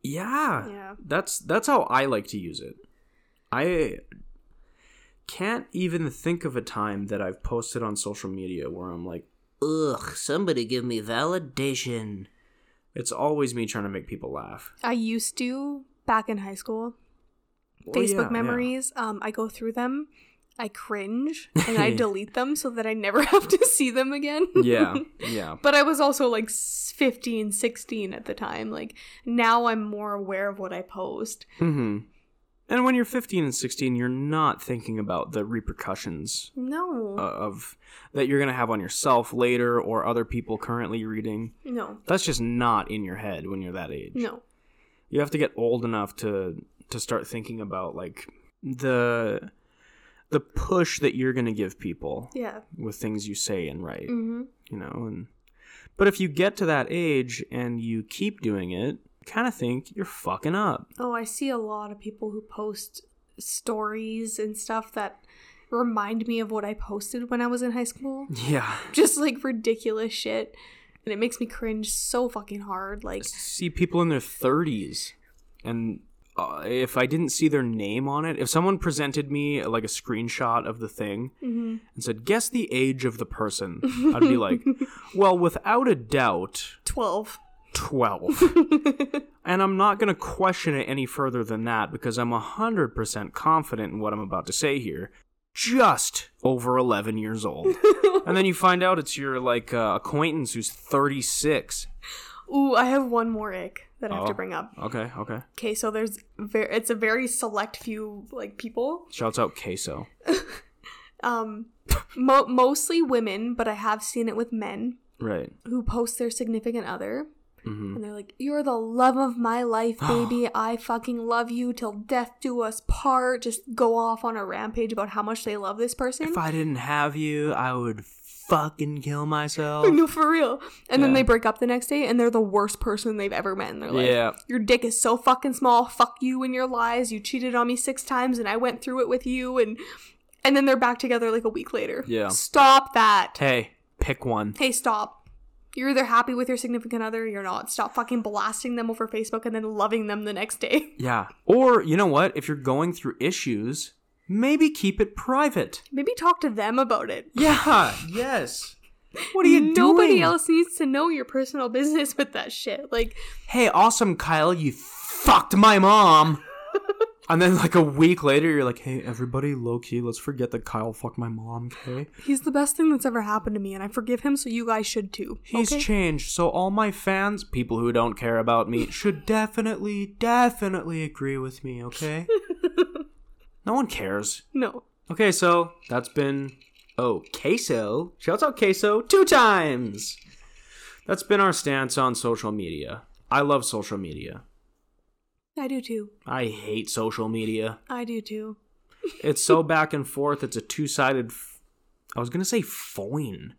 S1: Yeah.
S2: Yeah.
S1: That's that's how I like to use it. I can't even think of a time that I've posted on social media where I'm like, "Ugh, somebody give me validation." It's always me trying to make people laugh.
S2: I used to back in high school.
S1: Well, Oh, yeah,
S2: Facebook
S1: yeah.
S2: memories. Um, I go through them, I cringe, and I
S1: Yeah.
S2: delete them so that I never have to see them again.
S1: Yeah. yeah.
S2: but I was also like s- 15, 16 at the time. Like now I'm more aware of what I post.
S1: hmm And when you're 15 and 16, you're not thinking about the repercussions
S2: No.
S1: uh, of that you're going to have on yourself later or other people currently reading.
S2: no.
S1: That's just not in your head when you're that age.
S2: No.
S1: You have to get old enough to to start thinking about like the the push that you're going to give people
S2: Yeah.
S1: with things you say and write,
S2: Mm-hmm.
S1: you know, and but if you get to that age and you keep doing it, kind of think you're fucking up.
S2: Oh, I see a lot of people who post stories and stuff that remind me of what I posted when I was in high school.
S1: Yeah.
S2: Just like ridiculous shit. And it makes me cringe so fucking hard. Like,
S1: see people in their 30s and uh, if i didn't see their name on it if someone presented me like a screenshot of the thing
S2: mhm.
S1: and said guess the age of the person i'd be like well without a doubt
S2: 12.
S1: 12 and i'm not going to question it any further than that because i'm 100% confident in what i'm about to say here just over 11 years old and then you find out it's your like uh, acquaintance who's 36
S2: Ooh, I have one more ick that I have
S1: Oh.
S2: to bring up.
S1: okay okay
S2: Okay, so there's ver- it's a very select few like people,
S1: shouts out queso
S2: um, mo- mostly women, but I have seen it with men
S1: right
S2: who post their significant other
S1: Mm-hmm.
S2: And they're like, You're the love of my life, baby. I fucking love you till death do us part. Just go off on a rampage about how much they love this person.
S1: If I didn't have you, I would fucking kill myself.
S2: no, for real. And then
S1: Yeah.
S2: they break up the next day and they're the worst person they've ever met. And they're like,
S1: Yeah.
S2: Your dick is so fucking small. Fuck you and your lies. You cheated on me six times and I went through it with you. And and then they're back together like a week later.
S1: Yeah.
S2: Stop that.
S1: Hey, pick one.
S2: Hey, stop. You're either happy with your significant other or you're not. Stop fucking blasting them over Facebook and then loving them the next day.
S1: Yeah. Or, you know what? If you're going through issues, maybe keep it private.
S2: Maybe talk to them about it.
S1: Yeah. yes. What are you
S2: Nobody
S1: doing?
S2: else needs to know your personal business with that shit. Like,
S1: Hey, awesome, Kyle. You fucked my mom. and then, like, a week later, you're like, hey, everybody, low key, let's forget that Kyle fucked my mom, okay?
S2: he's the best thing that's ever happened to me, and I forgive him, so you guys should too.
S1: He's
S2: okay?
S1: changed, so all my fans, people who don't care about me, should definitely, definitely agree with me, okay? no one cares.
S2: no.
S1: Okay, so that's been. Oh, queso. Shouts out queso two times! That's been our stance on social media. I love social media.
S2: I do too.
S1: I hate social media.
S2: I do too.
S1: It's so back and forth, it's a two sided. F- I was gonna say foin.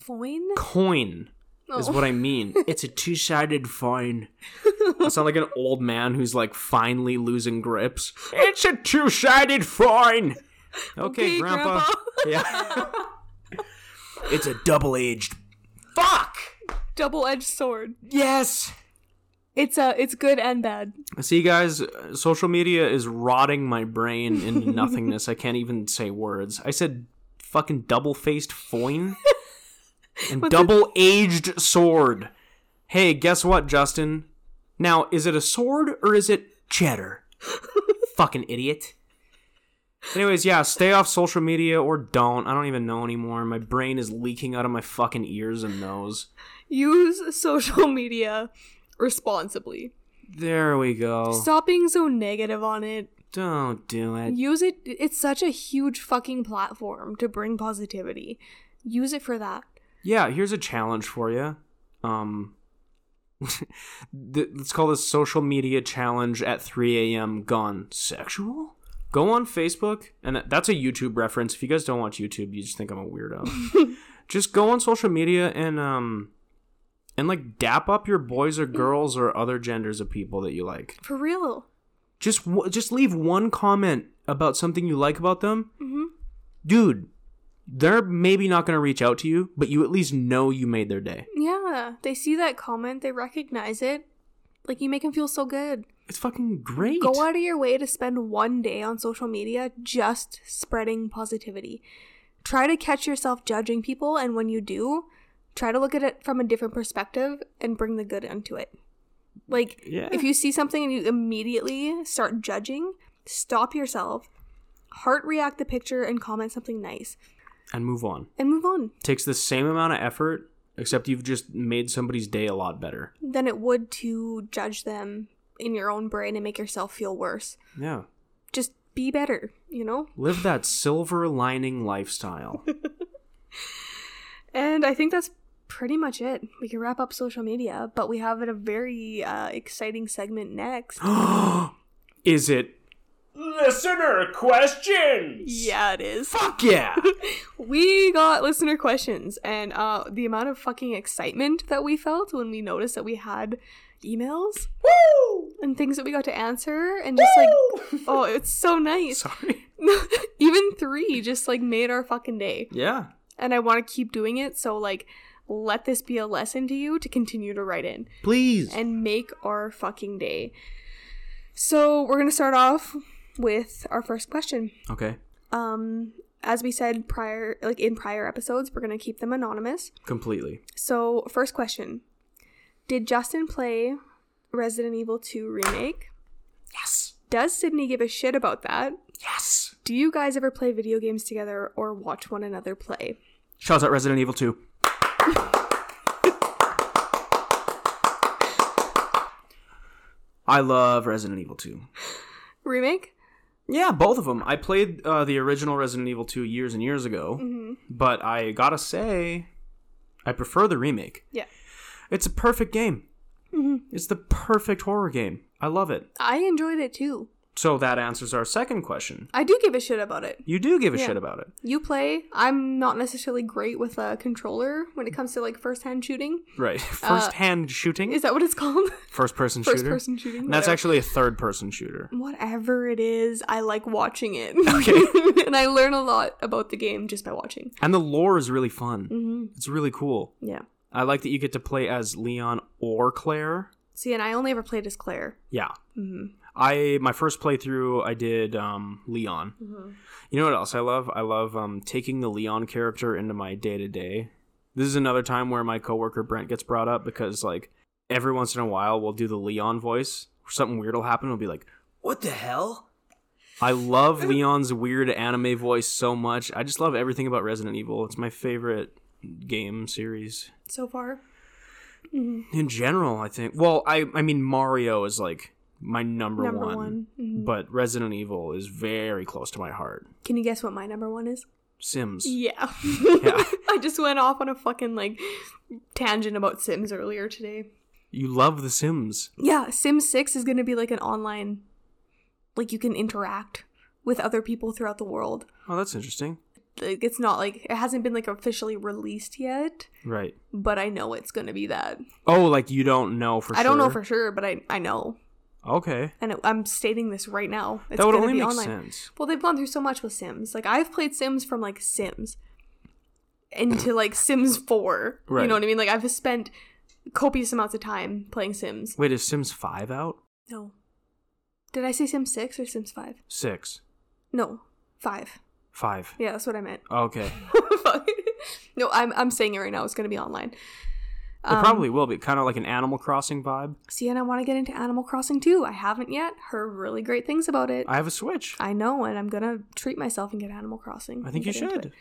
S2: Foin?
S1: Coin. is
S2: Oh.
S1: what I mean. It's a two sided fine. I sound like an old man who's like finally losing grips. It's a two sided fine. Okay,
S2: Okay,
S1: grandpa. yeah. it's a double edged. Fuck.
S2: Double edged sword.
S1: Yes.
S2: It's uh it's good and bad.
S1: See, guys, uh, social media is rotting my brain into nothingness. I can't even say words. I said fucking double faced foin and double aged sword. Hey, guess what, Justin? Now, is it a sword or is it cheddar? fucking idiot. Anyways, yeah, stay off social media or don't. I don't even know anymore. My brain is leaking out of my fucking ears and nose.
S2: Use social media responsibly.
S1: There we go.
S2: Stop being so negative on it.
S1: Don't do it.
S2: Use it it's such a huge fucking platform to bring positivity. Use it for that.
S1: Yeah, here's a challenge for you. Um, th- let's call this social media challenge at 3 a.m. Gone sexual. Go on Facebook, and that's a YouTube reference. If you guys don't watch YouTube, you just think I'm a weirdo. just go on social media and um, and like dap up your boys or girls or other genders of people that you like.
S2: For real.
S1: Just w- just leave one comment about something you like about them,
S2: hmm
S1: dude. They're maybe not gonna reach out to you, but you at least know you made their day.
S2: Yeah. They see that comment, they recognize it. Like, you make them feel so good.
S1: It's fucking great.
S2: Go out of your way to spend one day on social media just spreading positivity. Try to catch yourself judging people, and when you do, try to look at it from a different perspective and bring the good into it. Like,
S1: Yeah.
S2: if you see something and you immediately start judging, stop yourself, heart react the picture, and comment something nice,
S1: and move on.
S2: and move on.
S1: Takes the same amount of effort, except you've just made somebody's day a lot better.
S2: Than it would to judge them in your own brain and make yourself feel worse.
S1: Yeah.
S2: Just be better, you know?
S1: Live that silver lining lifestyle.
S2: And I think that's pretty much it. We can wrap up social media, but we have a very uh, exciting segment next.
S1: Is it?
S3: Listener questions!
S2: yeah, it is.
S1: Fuck yeah!
S2: We got listener questions, and uh, the amount of fucking excitement that we felt when we noticed that we had emails
S3: Woo!
S2: and things that we got to answer, and just like, oh, it's so nice.
S1: Sorry.
S2: Even three just like made our fucking day,
S1: Yeah.
S2: and I want to keep doing it. So like, let this be a lesson to you to continue to write in.
S1: Please.
S2: and make our fucking day. So we're gonna start off with our first question.
S1: Okay.
S2: Um, as we said prior, like in prior episodes, we're gonna keep them anonymous.
S1: Completely.
S2: So first question: Did Justin play Resident Evil 2 remake?
S1: Yes.
S2: Does Sydney give a shit about that?
S1: Yes.
S2: Do you guys ever play video games together or watch one another play?
S1: Shouts out Resident Evil 2. I love Resident Evil 2.
S2: Remake?
S1: Yeah, both of them. I played uh, the original Resident Evil 2 years and years ago,
S2: Mm-hmm.
S1: but I gotta say, I prefer the remake.
S2: Yeah. Mm-hmm.
S1: It's a perfect game. It's the perfect horror game. I love it.
S2: I enjoyed it too.
S1: So that answers our second question.
S2: I do give a shit about it.
S1: You do give a
S2: Yeah.
S1: shit about it,
S2: you play. I'm not necessarily great with a controller when it comes to like first hand shooting.
S1: right? First hand shooting,
S2: Uh, Is that what it's called?
S1: first person
S2: first
S1: shooter.
S2: person shooting.
S1: and that's
S2: whatever.
S1: actually a third person shooter.
S2: whatever it is. I like watching it.
S1: Okay.
S2: and I learn a lot about the game just by watching.
S1: And the lore is really fun.
S2: Mhm.
S1: It's really cool.
S2: Yeah.
S1: I like that you get to play as Leon or Claire.
S2: See, and I only ever played as Claire.
S1: Yeah.
S2: Mhm.
S1: I my first playthrough I did um, Leon. You know what else I love? I love um, taking the Leon character into my day to day. This is another time where my coworker Brent gets brought up because like every once in a while we'll do the Leon voice. Something weird will happen. We'll be like,
S3: What the hell?
S1: I love Leon's weird anime voice so much. I just love everything about Resident Evil. It's my favorite game series
S2: So far,
S1: in general. I think. Well, I I mean Mario is like my number,
S2: Mm-hmm. number
S1: one.
S2: one. Mhm.
S1: But Resident Evil is very close to my heart.
S2: Can you guess what my number one is?
S1: Sims.
S2: Yeah.
S1: Yeah.
S2: I just went off on a fucking like tangent about Sims earlier today.
S1: You love The Sims.
S2: Yeah, Sim 6 is going to be like an online like you can interact with other people throughout the world.
S1: Oh, that's interesting.
S2: Like it's not like it hasn't been like officially released yet,
S1: Right.
S2: but I know it's going to be that.
S1: Oh, like you don't know for
S2: I
S1: sure.
S2: don't know for sure, but I I know.
S1: Okay.
S2: And it, I'm stating this right now. It's
S1: that would
S2: gonna
S1: only
S2: be
S1: make
S2: online.
S1: sense.
S2: Well, they've gone through so much with Sims. Like I've played Sims from like Sims into like Sims 4. You
S1: Right.
S2: know what I mean? Like I've spent copious amounts of time playing Sims.
S1: Wait, is Sims 5 out?
S2: No. Did I say Sims 6 or Sims 5?
S1: 6.
S2: No, 5.
S1: 5.
S2: Yeah, that's what I meant.
S1: Okay.
S2: no, I'm I'm saying it right now. It's gonna be online.
S1: It
S2: Um,
S1: probably will be kind of like an Animal Crossing vibe.
S2: See, and I want to get into Animal Crossing too. I haven't yet. Heard really great things about it.
S1: I have a Switch. I,
S2: I know, and I'm gonna treat myself and get Animal Crossing. and
S1: think you
S2: get into it.
S1: should.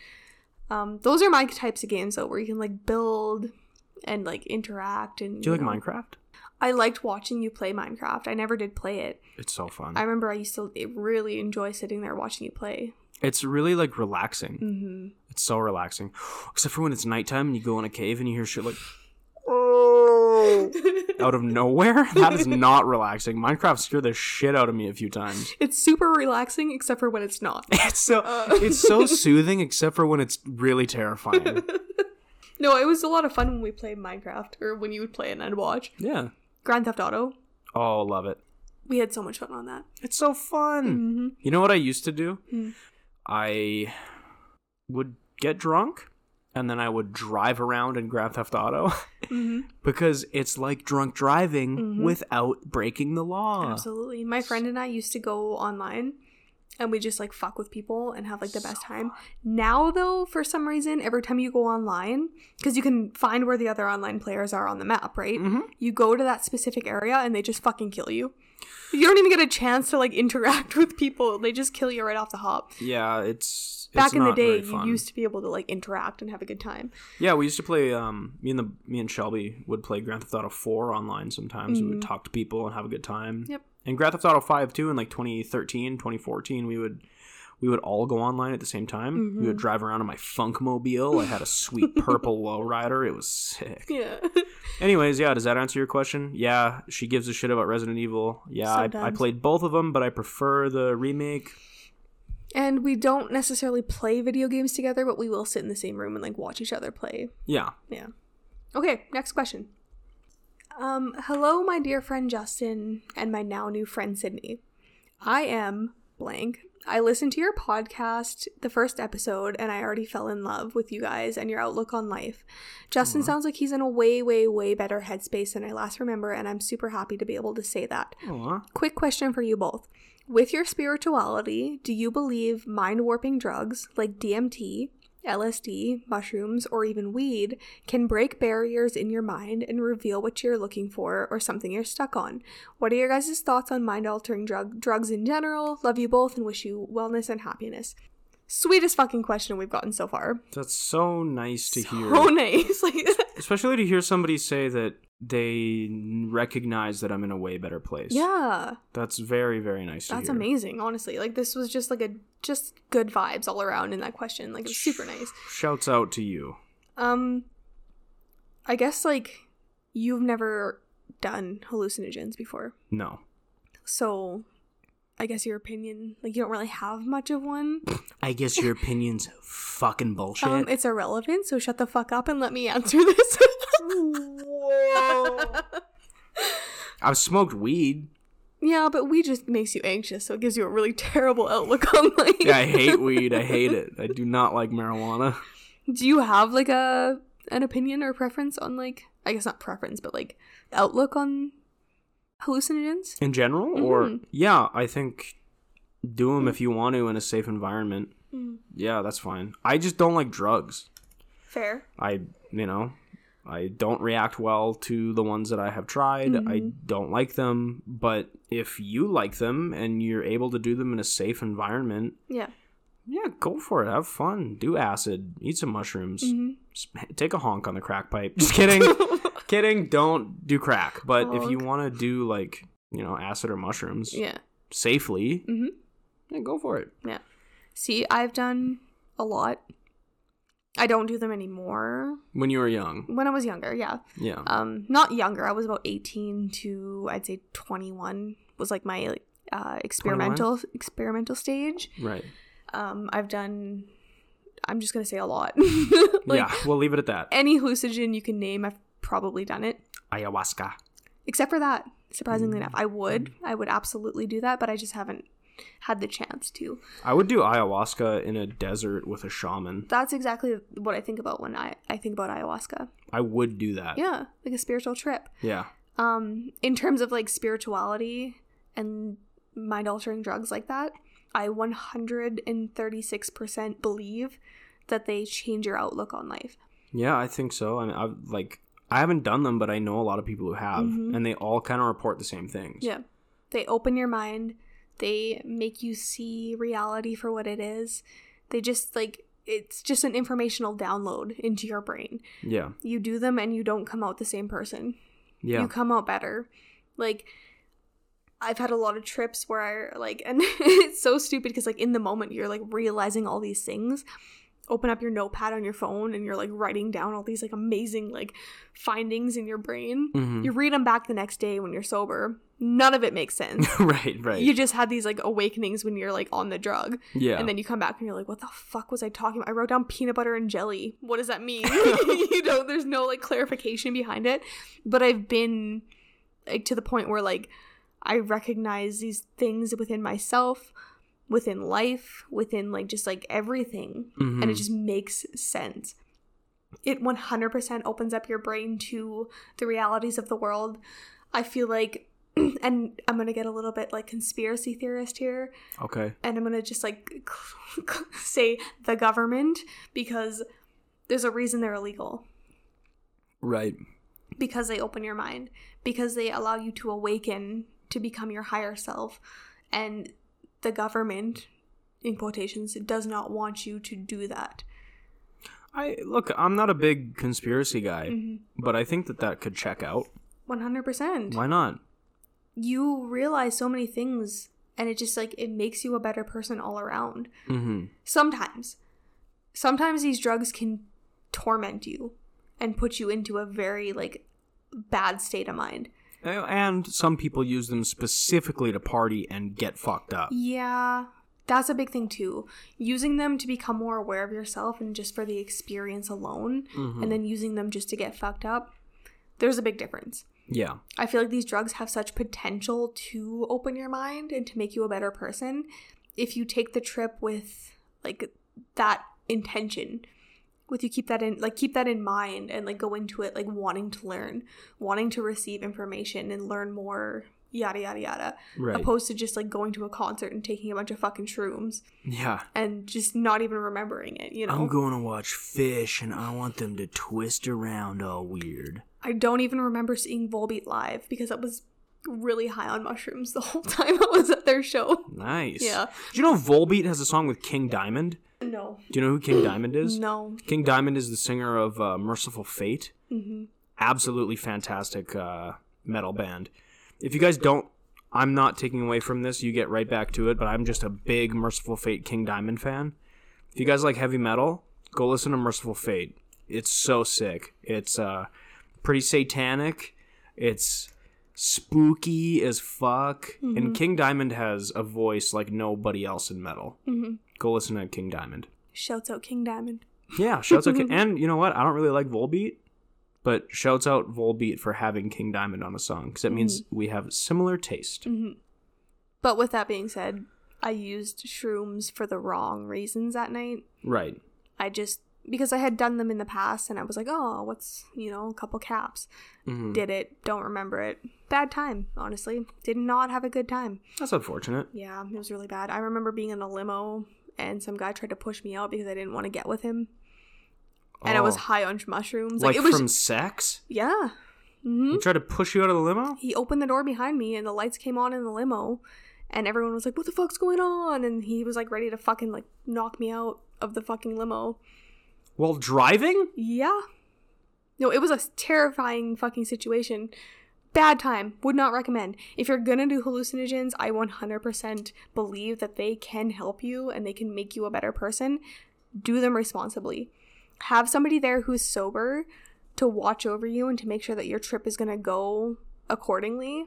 S2: Um, those are my types of games though, where you can like build and like interact and.
S1: Do you like
S2: know.
S1: Minecraft?
S2: I liked watching you play Minecraft. I never did play it.
S1: It's so fun.
S2: I remember I used to really enjoy sitting there watching you play.
S1: it's really like relaxing.
S2: Mm-hmm.
S1: It's It's so relaxing. Except for when it's nighttime and you go in a cave and you hear shit like out of nowhere. That is not relaxing. Minecraft scared the shit out of me a few times. Uh.
S2: It's super relaxing, except for when it's not.
S1: It's so it's so soothing except for when it's really terrifying.
S2: no, it was a lot of fun when we played Minecraft, or when you would play it and I'd watch
S1: Yeah.
S2: Grand Theft Auto.
S1: Oh, love it.
S2: We had so much fun on that.
S1: It's so fun.
S2: Mm-hmm.
S1: You know what I used to do?
S2: Hmm.
S1: I would get drunk and then I would drive around in Grand Theft Auto
S2: Mm-hmm.
S1: because it's like drunk driving
S2: Mhm.
S1: without breaking the law.
S2: Absolutely. My friend and I used to go online and we just like fuck with people and have like the best time. Now though, for some reason, every time you go online, because you can find where the other online players are on the map, right?
S1: Mhm.
S2: You go to that specific area and they just fucking kill you. You don't even get a chance to like interact with people. They just kill you right off the hop.
S1: Yeah, it's
S2: Back
S1: it's
S2: in the
S1: not very
S2: day, you
S1: fun.
S2: used to be able to like interact and have a good time.
S1: Yeah, we used to play. Um, me and the me and Shelby would play Grand Theft Auto Four online. Sometimes we would talk to people and have a good time.
S2: Yep.
S1: And Grand Theft Auto Five too. In like 2013, 2014, we would we would all go online at the same time. We would drive around in my Funk Mobile. I had a sweet purple lowrider. It was sick.
S2: Yeah.
S1: Anyways, yeah. Does that answer your question? Yeah. She gives a shit about Resident Evil. Yeah. I, I
S2: Sometimes.
S1: played both of them, but I prefer the remake.
S2: and we don't necessarily play video games together, but we will sit in the same room and like watch each other play
S1: Yeah.
S2: Yeah. Okay, next question. Um, hello, my dear friend Justin and my now new friend Sydney. I am blank. I listened to your podcast, the first episode, and I already fell in love with you guys and your outlook on life. Justin sounds like he's in a way, way, way better headspace than I last remember, and I'm super happy to be able to say that.
S1: Aw.
S2: Quick question for you both. With your spirituality, do you believe mind warping drugs like DMT, LSD, mushrooms, or even weed can break barriers in your mind and reveal what you're looking for or something you're stuck on? What are your guys' thoughts on mind altering drug drugs in general? Love you both and wish you wellness and happiness. Sweetest fucking question we've gotten so far.
S1: That's so nice to hear.
S2: Oh nice. Like
S1: especially to hear somebody say that they recognize that I'm in a way better place.
S2: Yeah.
S1: that's very very nice. To
S2: That's
S1: hear.
S2: amazing, honestly. Like this was just like a just good vibes all around in that question. Like it was super nice.
S1: Shouts out to you.
S2: Um, I guess like you've never done hallucinogens before,
S1: No,
S2: so I guess your opinion like you don't really have much of one.
S1: I guess your opinion's fucking bullshit.
S2: Um, it's irrelevant. So shut the fuck up and let me answer this.
S1: I've smoked weed.
S2: yeah, but we just makes you anxious, so it gives you a really terrible outlook on life.
S1: Yeah, I hate weed. I hate it. I do not like marijuana.
S2: Do you have like a an opinion or preference on like I guess not preference, but like outlook on hallucinogens?
S1: In general, or
S2: Mhm.
S1: yeah, I think do them if you want to in a safe environment.
S2: Mm.
S1: Yeah, that's fine. I just don't like drugs.
S2: Fair.
S1: I, you know, I don't react well to the ones that I have tried. I
S2: Mm-hmm.
S1: don't like them, but if you like them and you're able to do them in a safe environment,
S2: Yeah.
S1: yeah, go for it. Have fun. Do acid. Eat some mushrooms.
S2: Mm. Mm-hmm.
S1: Sp- Take a honk on the crack pipe. Just kidding. kidding. Don't do crack. But if you
S2: Honk.
S1: want to do like, you know, acid or mushrooms
S2: Yeah.
S1: safely,
S2: Mhm.
S1: yeah, go for it.
S2: Yeah. See, I've done a lot. I don't do them anymore.
S1: When you were young.
S2: When I was younger, yeah.
S1: Yeah.
S2: Um not younger. I was about 18 to I'd say 21 was like my like, uh experimental experimental stage.
S1: right.
S2: Um I've done I'm just going to say a lot. like
S1: yeah. We'll leave it at that.
S2: any hallucinogen you can name, I've probably done it.
S1: Ayahuasca.
S2: Except for that, surprisingly enough, I would. I would absolutely do that, but I just haven't had the chance to.
S1: I would do ayahuasca in a desert with a shaman.
S2: That's exactly what I think about when I, I think about ayahuasca.
S1: I would do that.
S2: yeah like a spiritual trip
S1: Yeah.
S2: um in terms of like spirituality and mind altering drugs like that i 136% believe that they change your outlook on life
S1: Yeah, I think so. I mean, I've like I haven't done them, but I know a lot of people who have,
S2: Mhm.
S1: and they all kind of report the same things.
S2: yeah they open your mind they make you see reality for what it is they just like it's just an informational download into your brain
S1: Yeah.
S2: you do them and you don't come out the same person
S1: Yeah.
S2: you come out better. Like I've had a lot of trips where I like and it's so stupid because like in the moment you're like realizing all these things open up your notepad on your phone and you're like writing down all these like amazing like findings in your brain.
S1: Mhm.
S2: You read them back the next day when you're sober. None of it makes sense.
S1: right, right.
S2: you just had these like awakenings when you're like on the drug.
S1: yeah.
S2: And then you come back and you're like, what the fuck was I talking about? I wrote down peanut butter and jelly. What does that mean? you know, there's no like clarification behind it. But I've been like to the point where like I recognize these things within myself, within life, within like just like everything. And it
S1: Mhm.
S2: just makes sense. It 100% opens up your brain to the realities of the world. I feel like, and I'm going to get a little bit like conspiracy theorist here
S1: okay.
S2: and I'm gonna just like say the government because there's a reason they're illegal
S1: Right.
S2: because they open your mind because they allow you to awaken to become your higher self and the government in quotations does not want you to do that
S1: I look. I'm not a big conspiracy guy,
S2: Mhm.
S1: but I think that that could check out.
S2: 100%
S1: Why not?
S2: you realize so many things and it just like it makes you a better person all around
S1: Mm-hmm.
S2: sometimes sometimes these drugs can torment you and put you into a very like bad state of mind
S1: And some people use them specifically to party and get fucked up.
S2: yeah that's a big thing too using them to become more aware of yourself and just for the experience alone and then using them just to get fucked up there's a big difference
S1: Yeah.
S2: I feel like these drugs have such potential to open your mind and to make you a better person if you take the trip with like that intention. With you keep that in like keep that in mind and like go into it like wanting to learn, wanting to receive information and learn more, yada yada yada.
S1: Right.
S2: Opposed to just like going to a concert and taking a bunch of fucking shrooms
S1: yeah.
S2: and just not even remembering it, you know.
S1: I'm going to watch fish and I want them to twist around all weird.
S2: I don't even remember seeing Volbeat live because I was really high on mushrooms the whole time I was at their show.
S1: Nice.
S2: Yeah.
S1: Do you know Volbeat has a song with King Diamond?
S2: No.
S1: Do you know who King Diamond is?
S2: No.
S1: King Diamond is the singer of uh, Merciful Fate.
S2: hmm
S1: Absolutely fantastic uh, metal band. If you guys don't, I'm not taking away from this. You get right back to it, but I'm just a big Merciful Fate King Diamond fan. If you guys like heavy metal, go listen to Merciful Fate. It's so sick. It's uh, pretty satanic. It's spooky as fuck. And King Diamond has a voice like nobody else in metal. Go listen to King Diamond.
S2: Mm-hmm. Shouts out King Diamond.
S1: Yeah, shouts out. King- and you know what? I don't really like Volbeat, but shouts out Volbeat for having King Diamond on a song because
S2: Mm.
S1: it means we have similar taste.
S2: But with that being said, I used shrooms for the wrong reasons that night.
S1: Right.
S2: I just because I had done them in the past and I was like, oh, what's you know, a couple caps.
S1: Mhm.
S2: Did it, don't remember it. Bad time, honestly. Did not have a good time.
S1: That's unfortunate.
S2: Yeah, it was really bad. I remember being in a limo and some guy tried to push me out because I didn't want to get with him. And I was
S1: Oh.
S2: high on mushrooms.
S1: like,
S2: Like, it was Hmm?
S1: from sex.
S2: Yeah. Mm-hmm.
S1: He tried to push you out of the limo.
S2: he opened the door behind me and the lights came on in the limo and everyone was like what the fuck's going on and he was like ready to fucking like knock me out of the fucking limo
S1: While driving?
S2: yeah no it was a terrifying fucking situation bad time would not recommend if you're gonna do hallucinogens i 100% believe that they can help you and they can make you a better person do them responsibly have somebody there who's sober to watch over you and to make sure that your trip is going to go accordingly.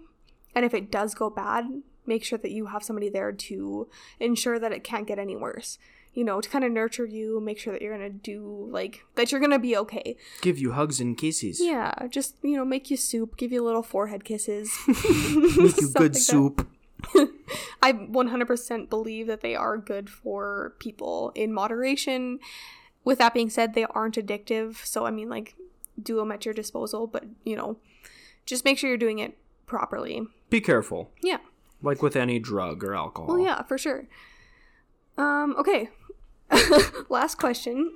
S2: And if it does go bad, make sure that you have somebody there to ensure that it can't get any worse. You know, to kind of nurture you, make sure that you're going to do like that you're going to be okay.
S1: Give you hugs and kisses.
S2: Yeah, just, you know, make you soup, give you little forehead kisses.
S1: Make you
S2: Stuff like
S1: good
S2: that.
S1: soup.
S2: I 100% believe that they are good for people in moderation. With that being said, they aren't addictive. So, I mean, like, do them at your disposal, but, you know, just make sure you're doing it properly.
S1: Be careful.
S2: Yeah.
S1: Like with any drug or alcohol.
S2: Well, Oh, yeah, for sure. Um, okay. Last question.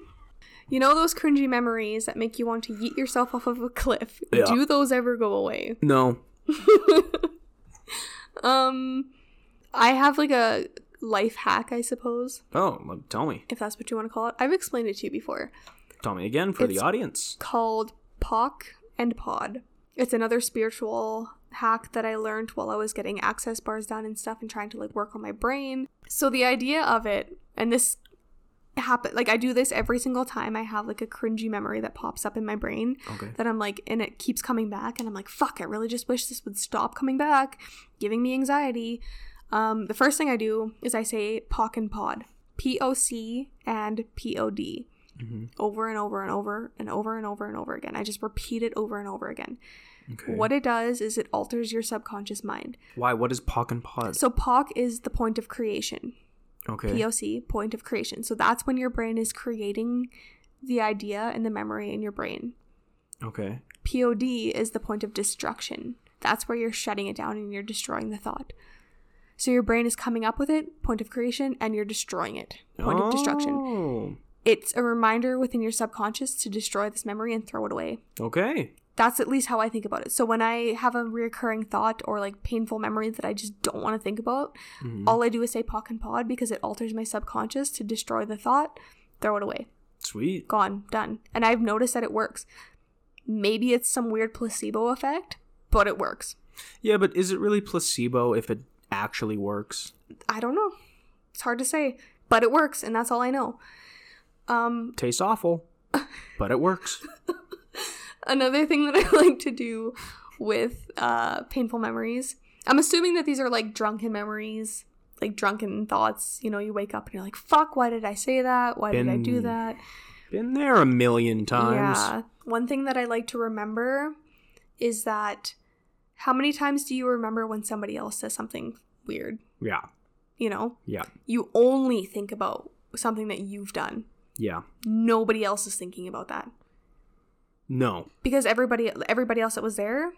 S2: You know those cringy memories that make you want to yeet yourself off of a cliff?
S1: Yeah.
S2: Do those ever go away?
S1: No.
S2: Um, I have like a life hack, I suppose,
S1: Oh, well, tell me.
S2: if that's what you want to call it. I've explained it to you before.
S1: Tell me again for the
S2: It's-
S1: audience.
S2: Called POC and POD. It's another spiritual hack that I learned while I was getting access bars done and stuff and trying to like work on my brain. So the idea of it, and this happen like I do this every single time I have like a cringy memory that pops up in my brain
S1: Okay.
S2: that I'm like and it keeps coming back and I'm like fuck I really just wish this would stop coming back giving me anxiety um the first thing I do is I say pock and pod P O C and P O D
S1: Mhm.
S2: over and over and over and over and over and over again I just repeat it over and over again
S1: Okay.
S2: what it does is it alters your subconscious mind
S1: Why? What is Pock and Pod?
S2: so pock is the point of creation
S1: okay.
S2: POC, point of creation. So that's when your brain is creating the idea and the memory in your brain.
S1: okay.
S2: POD is the point of destruction. That's where you're shutting it down and you're destroying the thought. So your brain is coming up with it, point of creation, and you're destroying it, point of destruction.
S1: Oh.
S2: It's a reminder within your subconscious to destroy this memory and throw it away.
S1: Okay.
S2: That's at least how I think about it. So when I have a reoccurring thought or like painful memory that I just don't want to think about,
S1: Mhm.
S2: all I do is say pock and pod because it alters my subconscious to destroy the thought, throw it away
S1: Sweet.
S2: gone, done. And I've noticed that it works. Maybe it's some weird placebo effect, but it works.
S1: Yeah, but is it really placebo if it actually works?
S2: I don't know. It's hard to say, but it works, and that's all I know. Um,
S1: Tastes awful, but it works.
S2: another thing that I like to do with uh, painful memories, I'm assuming that these are like drunken memories, like drunken thoughts. You know, you wake up and you're like, fuck, why did I say that? Why did I do
S1: Been
S2: that?
S1: Been there a million times.
S2: Yeah. One thing that I like to remember is that how many times do you remember when somebody else says something weird?
S1: Yeah.
S2: You know,
S1: Yeah.
S2: you only think about something that you've done.
S1: Yeah.
S2: Nobody else is thinking about that
S1: No.
S2: because everybody everybody else that was there,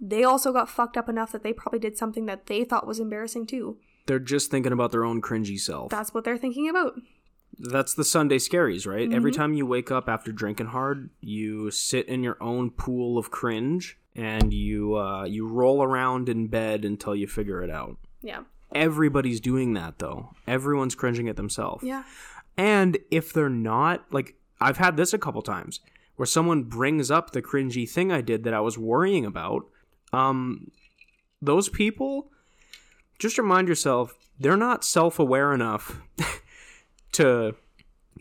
S2: they also got fucked up enough that they probably did something that they thought was embarrassing too.
S1: They're just thinking about their own cringy self.
S2: That's what they're thinking about.
S1: That's the Sunday scaries, right? Every
S2: Mhm.
S1: time you wake up after drinking hard, you sit in your own pool of cringe and you uh, you roll around in bed until you figure it out.
S2: Yeah.
S1: Everybody's doing that though. Everyone's cringing at themselves.
S2: Yeah.
S1: And if they're not, like I've had this a couple times where someone brings up the cringy thing I did that I was worrying about. Um, those people, just remind yourself, they're not self aware enough to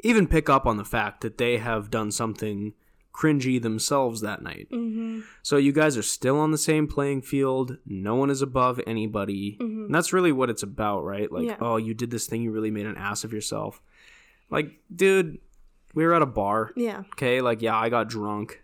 S1: even pick up on the fact that they have done something cringy themselves that night.
S2: Mhm.
S1: So you guys are still on the same playing field. No one is above anybody.
S2: Mhm.
S1: And that's really what it's about, right? Like,
S2: Yeah.
S1: oh, you did this thing, you really made an ass of yourself. Like, dude, we were at a bar.
S2: Yeah.
S1: Okay, like, yeah, I got drunk.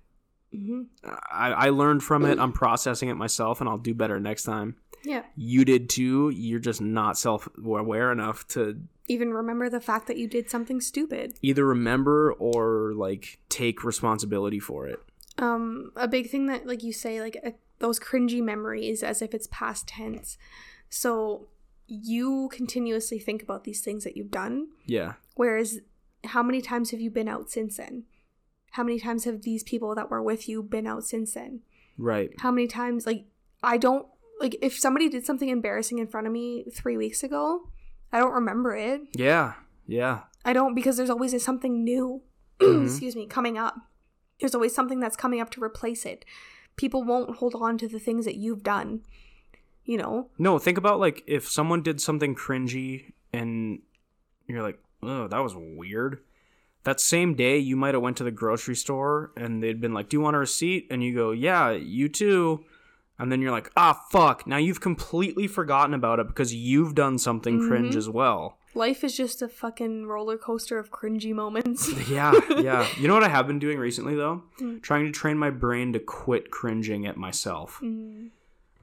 S2: Mhm.
S1: I, I learned from it. I'm processing it myself, and I'll do better next time.
S2: Yeah.
S1: You did too. You're just not self aware enough to
S2: Even remember the fact that you did something stupid.
S1: either remember or like take responsibility for it.
S2: um a big thing that like you say like uh, those cringy memories as if it's past tense so you continuously think about these things that you've done
S1: Yeah.
S2: whereas how many times have you been out since then how many times have these people that were with you been out since then
S1: Right.
S2: how many times like i don't like if somebody did something embarrassing in front of me three weeks ago i don't remember it
S1: Yeah. Yeah.
S2: I don't because there's always something new,
S1: Mhm.
S2: excuse me, coming up. There's always something that's coming up to replace it. People won't hold on to the things that you've done. You know?
S1: No, think about like if someone did something cringy and you're like, oh, that was weird. That same day, you might have went to the grocery store and they'd been like, "Do you want a receipt?" And you go, "Yeah, you too." And then you're like, "Ah, fuck!" Now you've completely forgotten about it because you've done something cringe
S2: Mhm.
S1: as well.
S2: Life is just a fucking roller coaster of cringy moments.
S1: Yeah, yeah. you know what I have been doing recently though?
S2: Mm.
S1: Trying to train my brain to quit cringing at myself.
S2: Mm,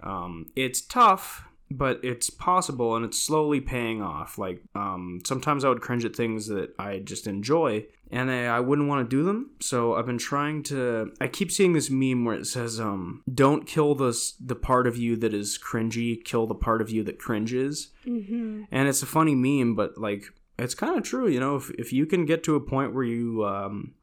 S1: Um, it's tough, but it's possible, and it's slowly paying off. Like um, sometimes I would cringe at things that I just enjoy, and I, I wouldn't want to do them. So I've been trying to. I keep seeing this meme where it says, um, "Don't kill the s- the part of you that is cringy. Kill the part of you that cringes."
S2: mhm.
S1: And it's a funny meme, but like it's kind of true. You know, if if you can get to a point where you um,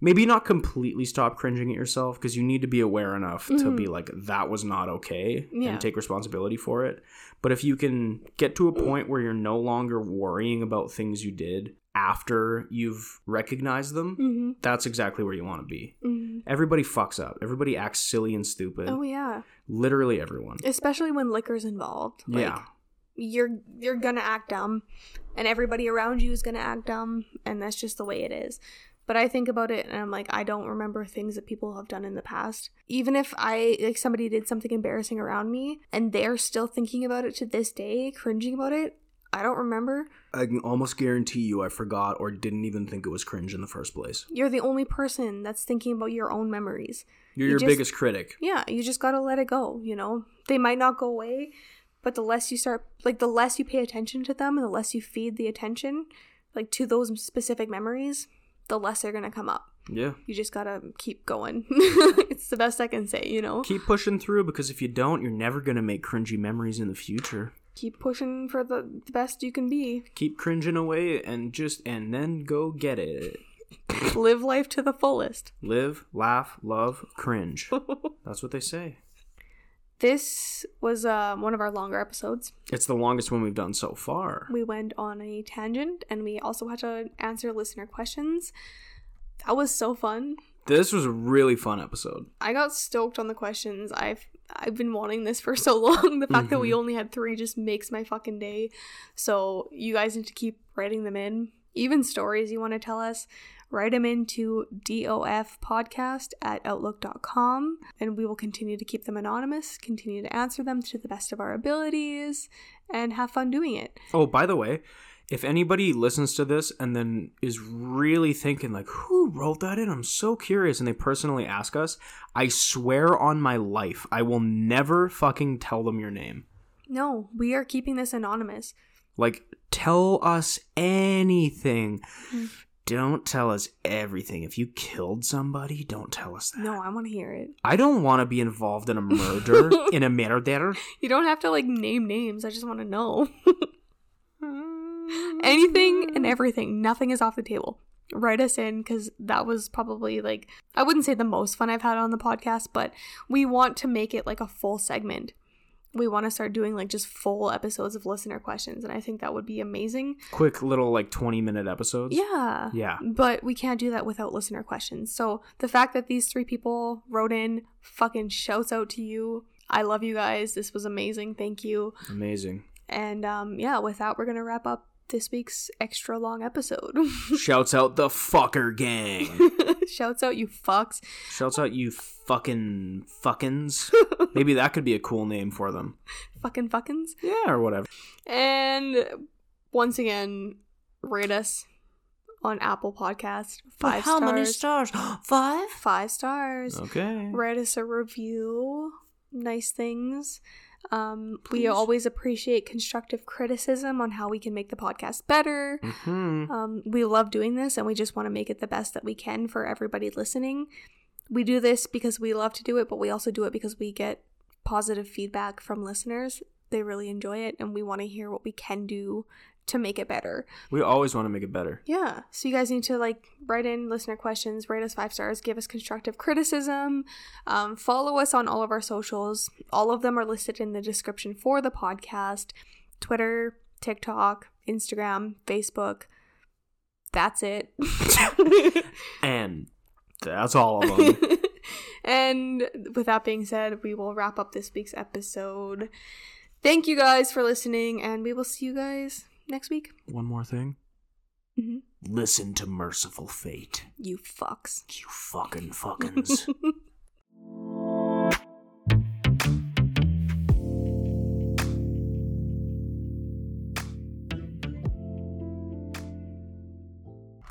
S1: maybe not completely stop cringing at yourself because you need to be aware enough to
S2: Mhm.
S1: be like that was not okay
S2: Yeah.
S1: and take responsibility for it. But if you can get to a point where you're no longer worrying about things you did after you've recognized them,
S2: Mhm.
S1: that's exactly where you want to be.
S2: Mhm.
S1: Everybody fucks up. Everybody acts silly and stupid.
S2: Oh yeah.
S1: Literally everyone.
S2: Especially when liquor's involved. Like,
S1: yeah.
S2: you're you're gonna act dumb and everybody around you is gonna act dumb and that's just the way it is but i think about it and i'm like i don't remember things that people have done in the past even if i like somebody did something embarrassing around me and they're still thinking about it to this day cringing about it i don't remember
S1: I can almost guarantee you I forgot or didn't even think it was cringe in the first place.
S2: you're the only person that's thinking about your own memories
S1: You're
S2: You
S1: your
S2: just-
S1: biggest critic.
S2: yeah you just gotta let it go you know they might not go away but the less you start like the less you pay attention to them and the less you feed the attention like to those specific memories the less they're gonna come up
S1: Yeah.
S2: you just gotta keep going it's the best i can say you know
S1: Keep pushing through because if you don't, you're never going to make cringy memories in the future.
S2: keep pushing for the, the best you can be
S1: Keep cringing away and just, and then go get it.
S2: live life to the fullest
S1: Live, laugh, love, cringe. That's what they say.
S2: this was uh, one of our longer episodes
S1: It's the longest one we've done so far.
S2: we went on a tangent and we also had to answer listener questions that was so fun
S1: This was a really fun episode.
S2: I got stoked on the questions. I've I've been wanting this for so long. The fact that we only had three just makes my fucking day. So you guys need to keep writing them in. Even stories you want to tell us, write them into dofpodcast at outlook.com and we will continue to keep them anonymous, continue to answer them to the best of our abilities, and have fun doing it.
S1: Oh, by the way, if anybody listens to this and then is really thinking like, "Who wrote that in?" I'm so curious, and they personally ask us, I swear on my life, I will never fucking tell them your name.
S2: No, we are keeping this anonymous.
S1: Like, tell us anything. Don't tell us everything. If you killed somebody, don't tell us that.
S2: No, I want to hear it.
S1: I don't want to be involved in a murder, in a murder.
S2: You don't have to like name names. I just want to know. Anything and everything. Nothing is off the table. Write us in because that was probably like, I wouldn't say the most fun I've had on the podcast, but we want to make it like a full segment. We want to start doing like just full episodes of listener questions. And I think that would be amazing.
S1: Quick little like 20 minute episodes.
S2: Yeah.
S1: Yeah.
S2: But we can't do that without listener questions. So the fact that these three people wrote in fucking shouts out to you. I love you guys. This was amazing. Thank you.
S1: Amazing.
S2: And um, yeah, with that, we're going to wrap up this week's extra long episode.
S1: Shouts out the fucker gang.
S2: Shouts out, you fucks.
S1: Shouts out you fucking fuckins. Maybe that could be a cool name for them.
S2: Fucking fuckins.
S1: Yeah, or whatever.
S2: And once again, rate us on Apple Podcast. Five
S3: how
S2: stars.
S3: many stars? Five?
S2: Five stars.
S1: Okay.
S2: Write us a review. Nice things. Um,
S1: Please.
S2: we always appreciate constructive criticism on how we can make the podcast better.
S1: hmm
S2: Um, we love doing this and we just want to make it the best that we can for everybody listening. We do this because we love to do it, but we also do it because we get positive feedback from listeners. They really enjoy it and we want to hear what we can do to make it better.
S1: We always want to make it better.
S2: Yeah. So you guys need to like write in listener questions, rate us five stars, give us constructive criticism, um, follow us on all of our socials. All of them are listed in the description for the podcast Twitter, TikTok, Instagram, Facebook. That's it.
S1: And that's all of them.
S2: and with that being said, we will wrap up this week's episode. Thank you guys for listening, and we will see you guys next week.
S1: One more thing.
S2: Mhm.
S1: Listen to Merciful Fate.
S2: You fucks.
S1: You fucking fuckins.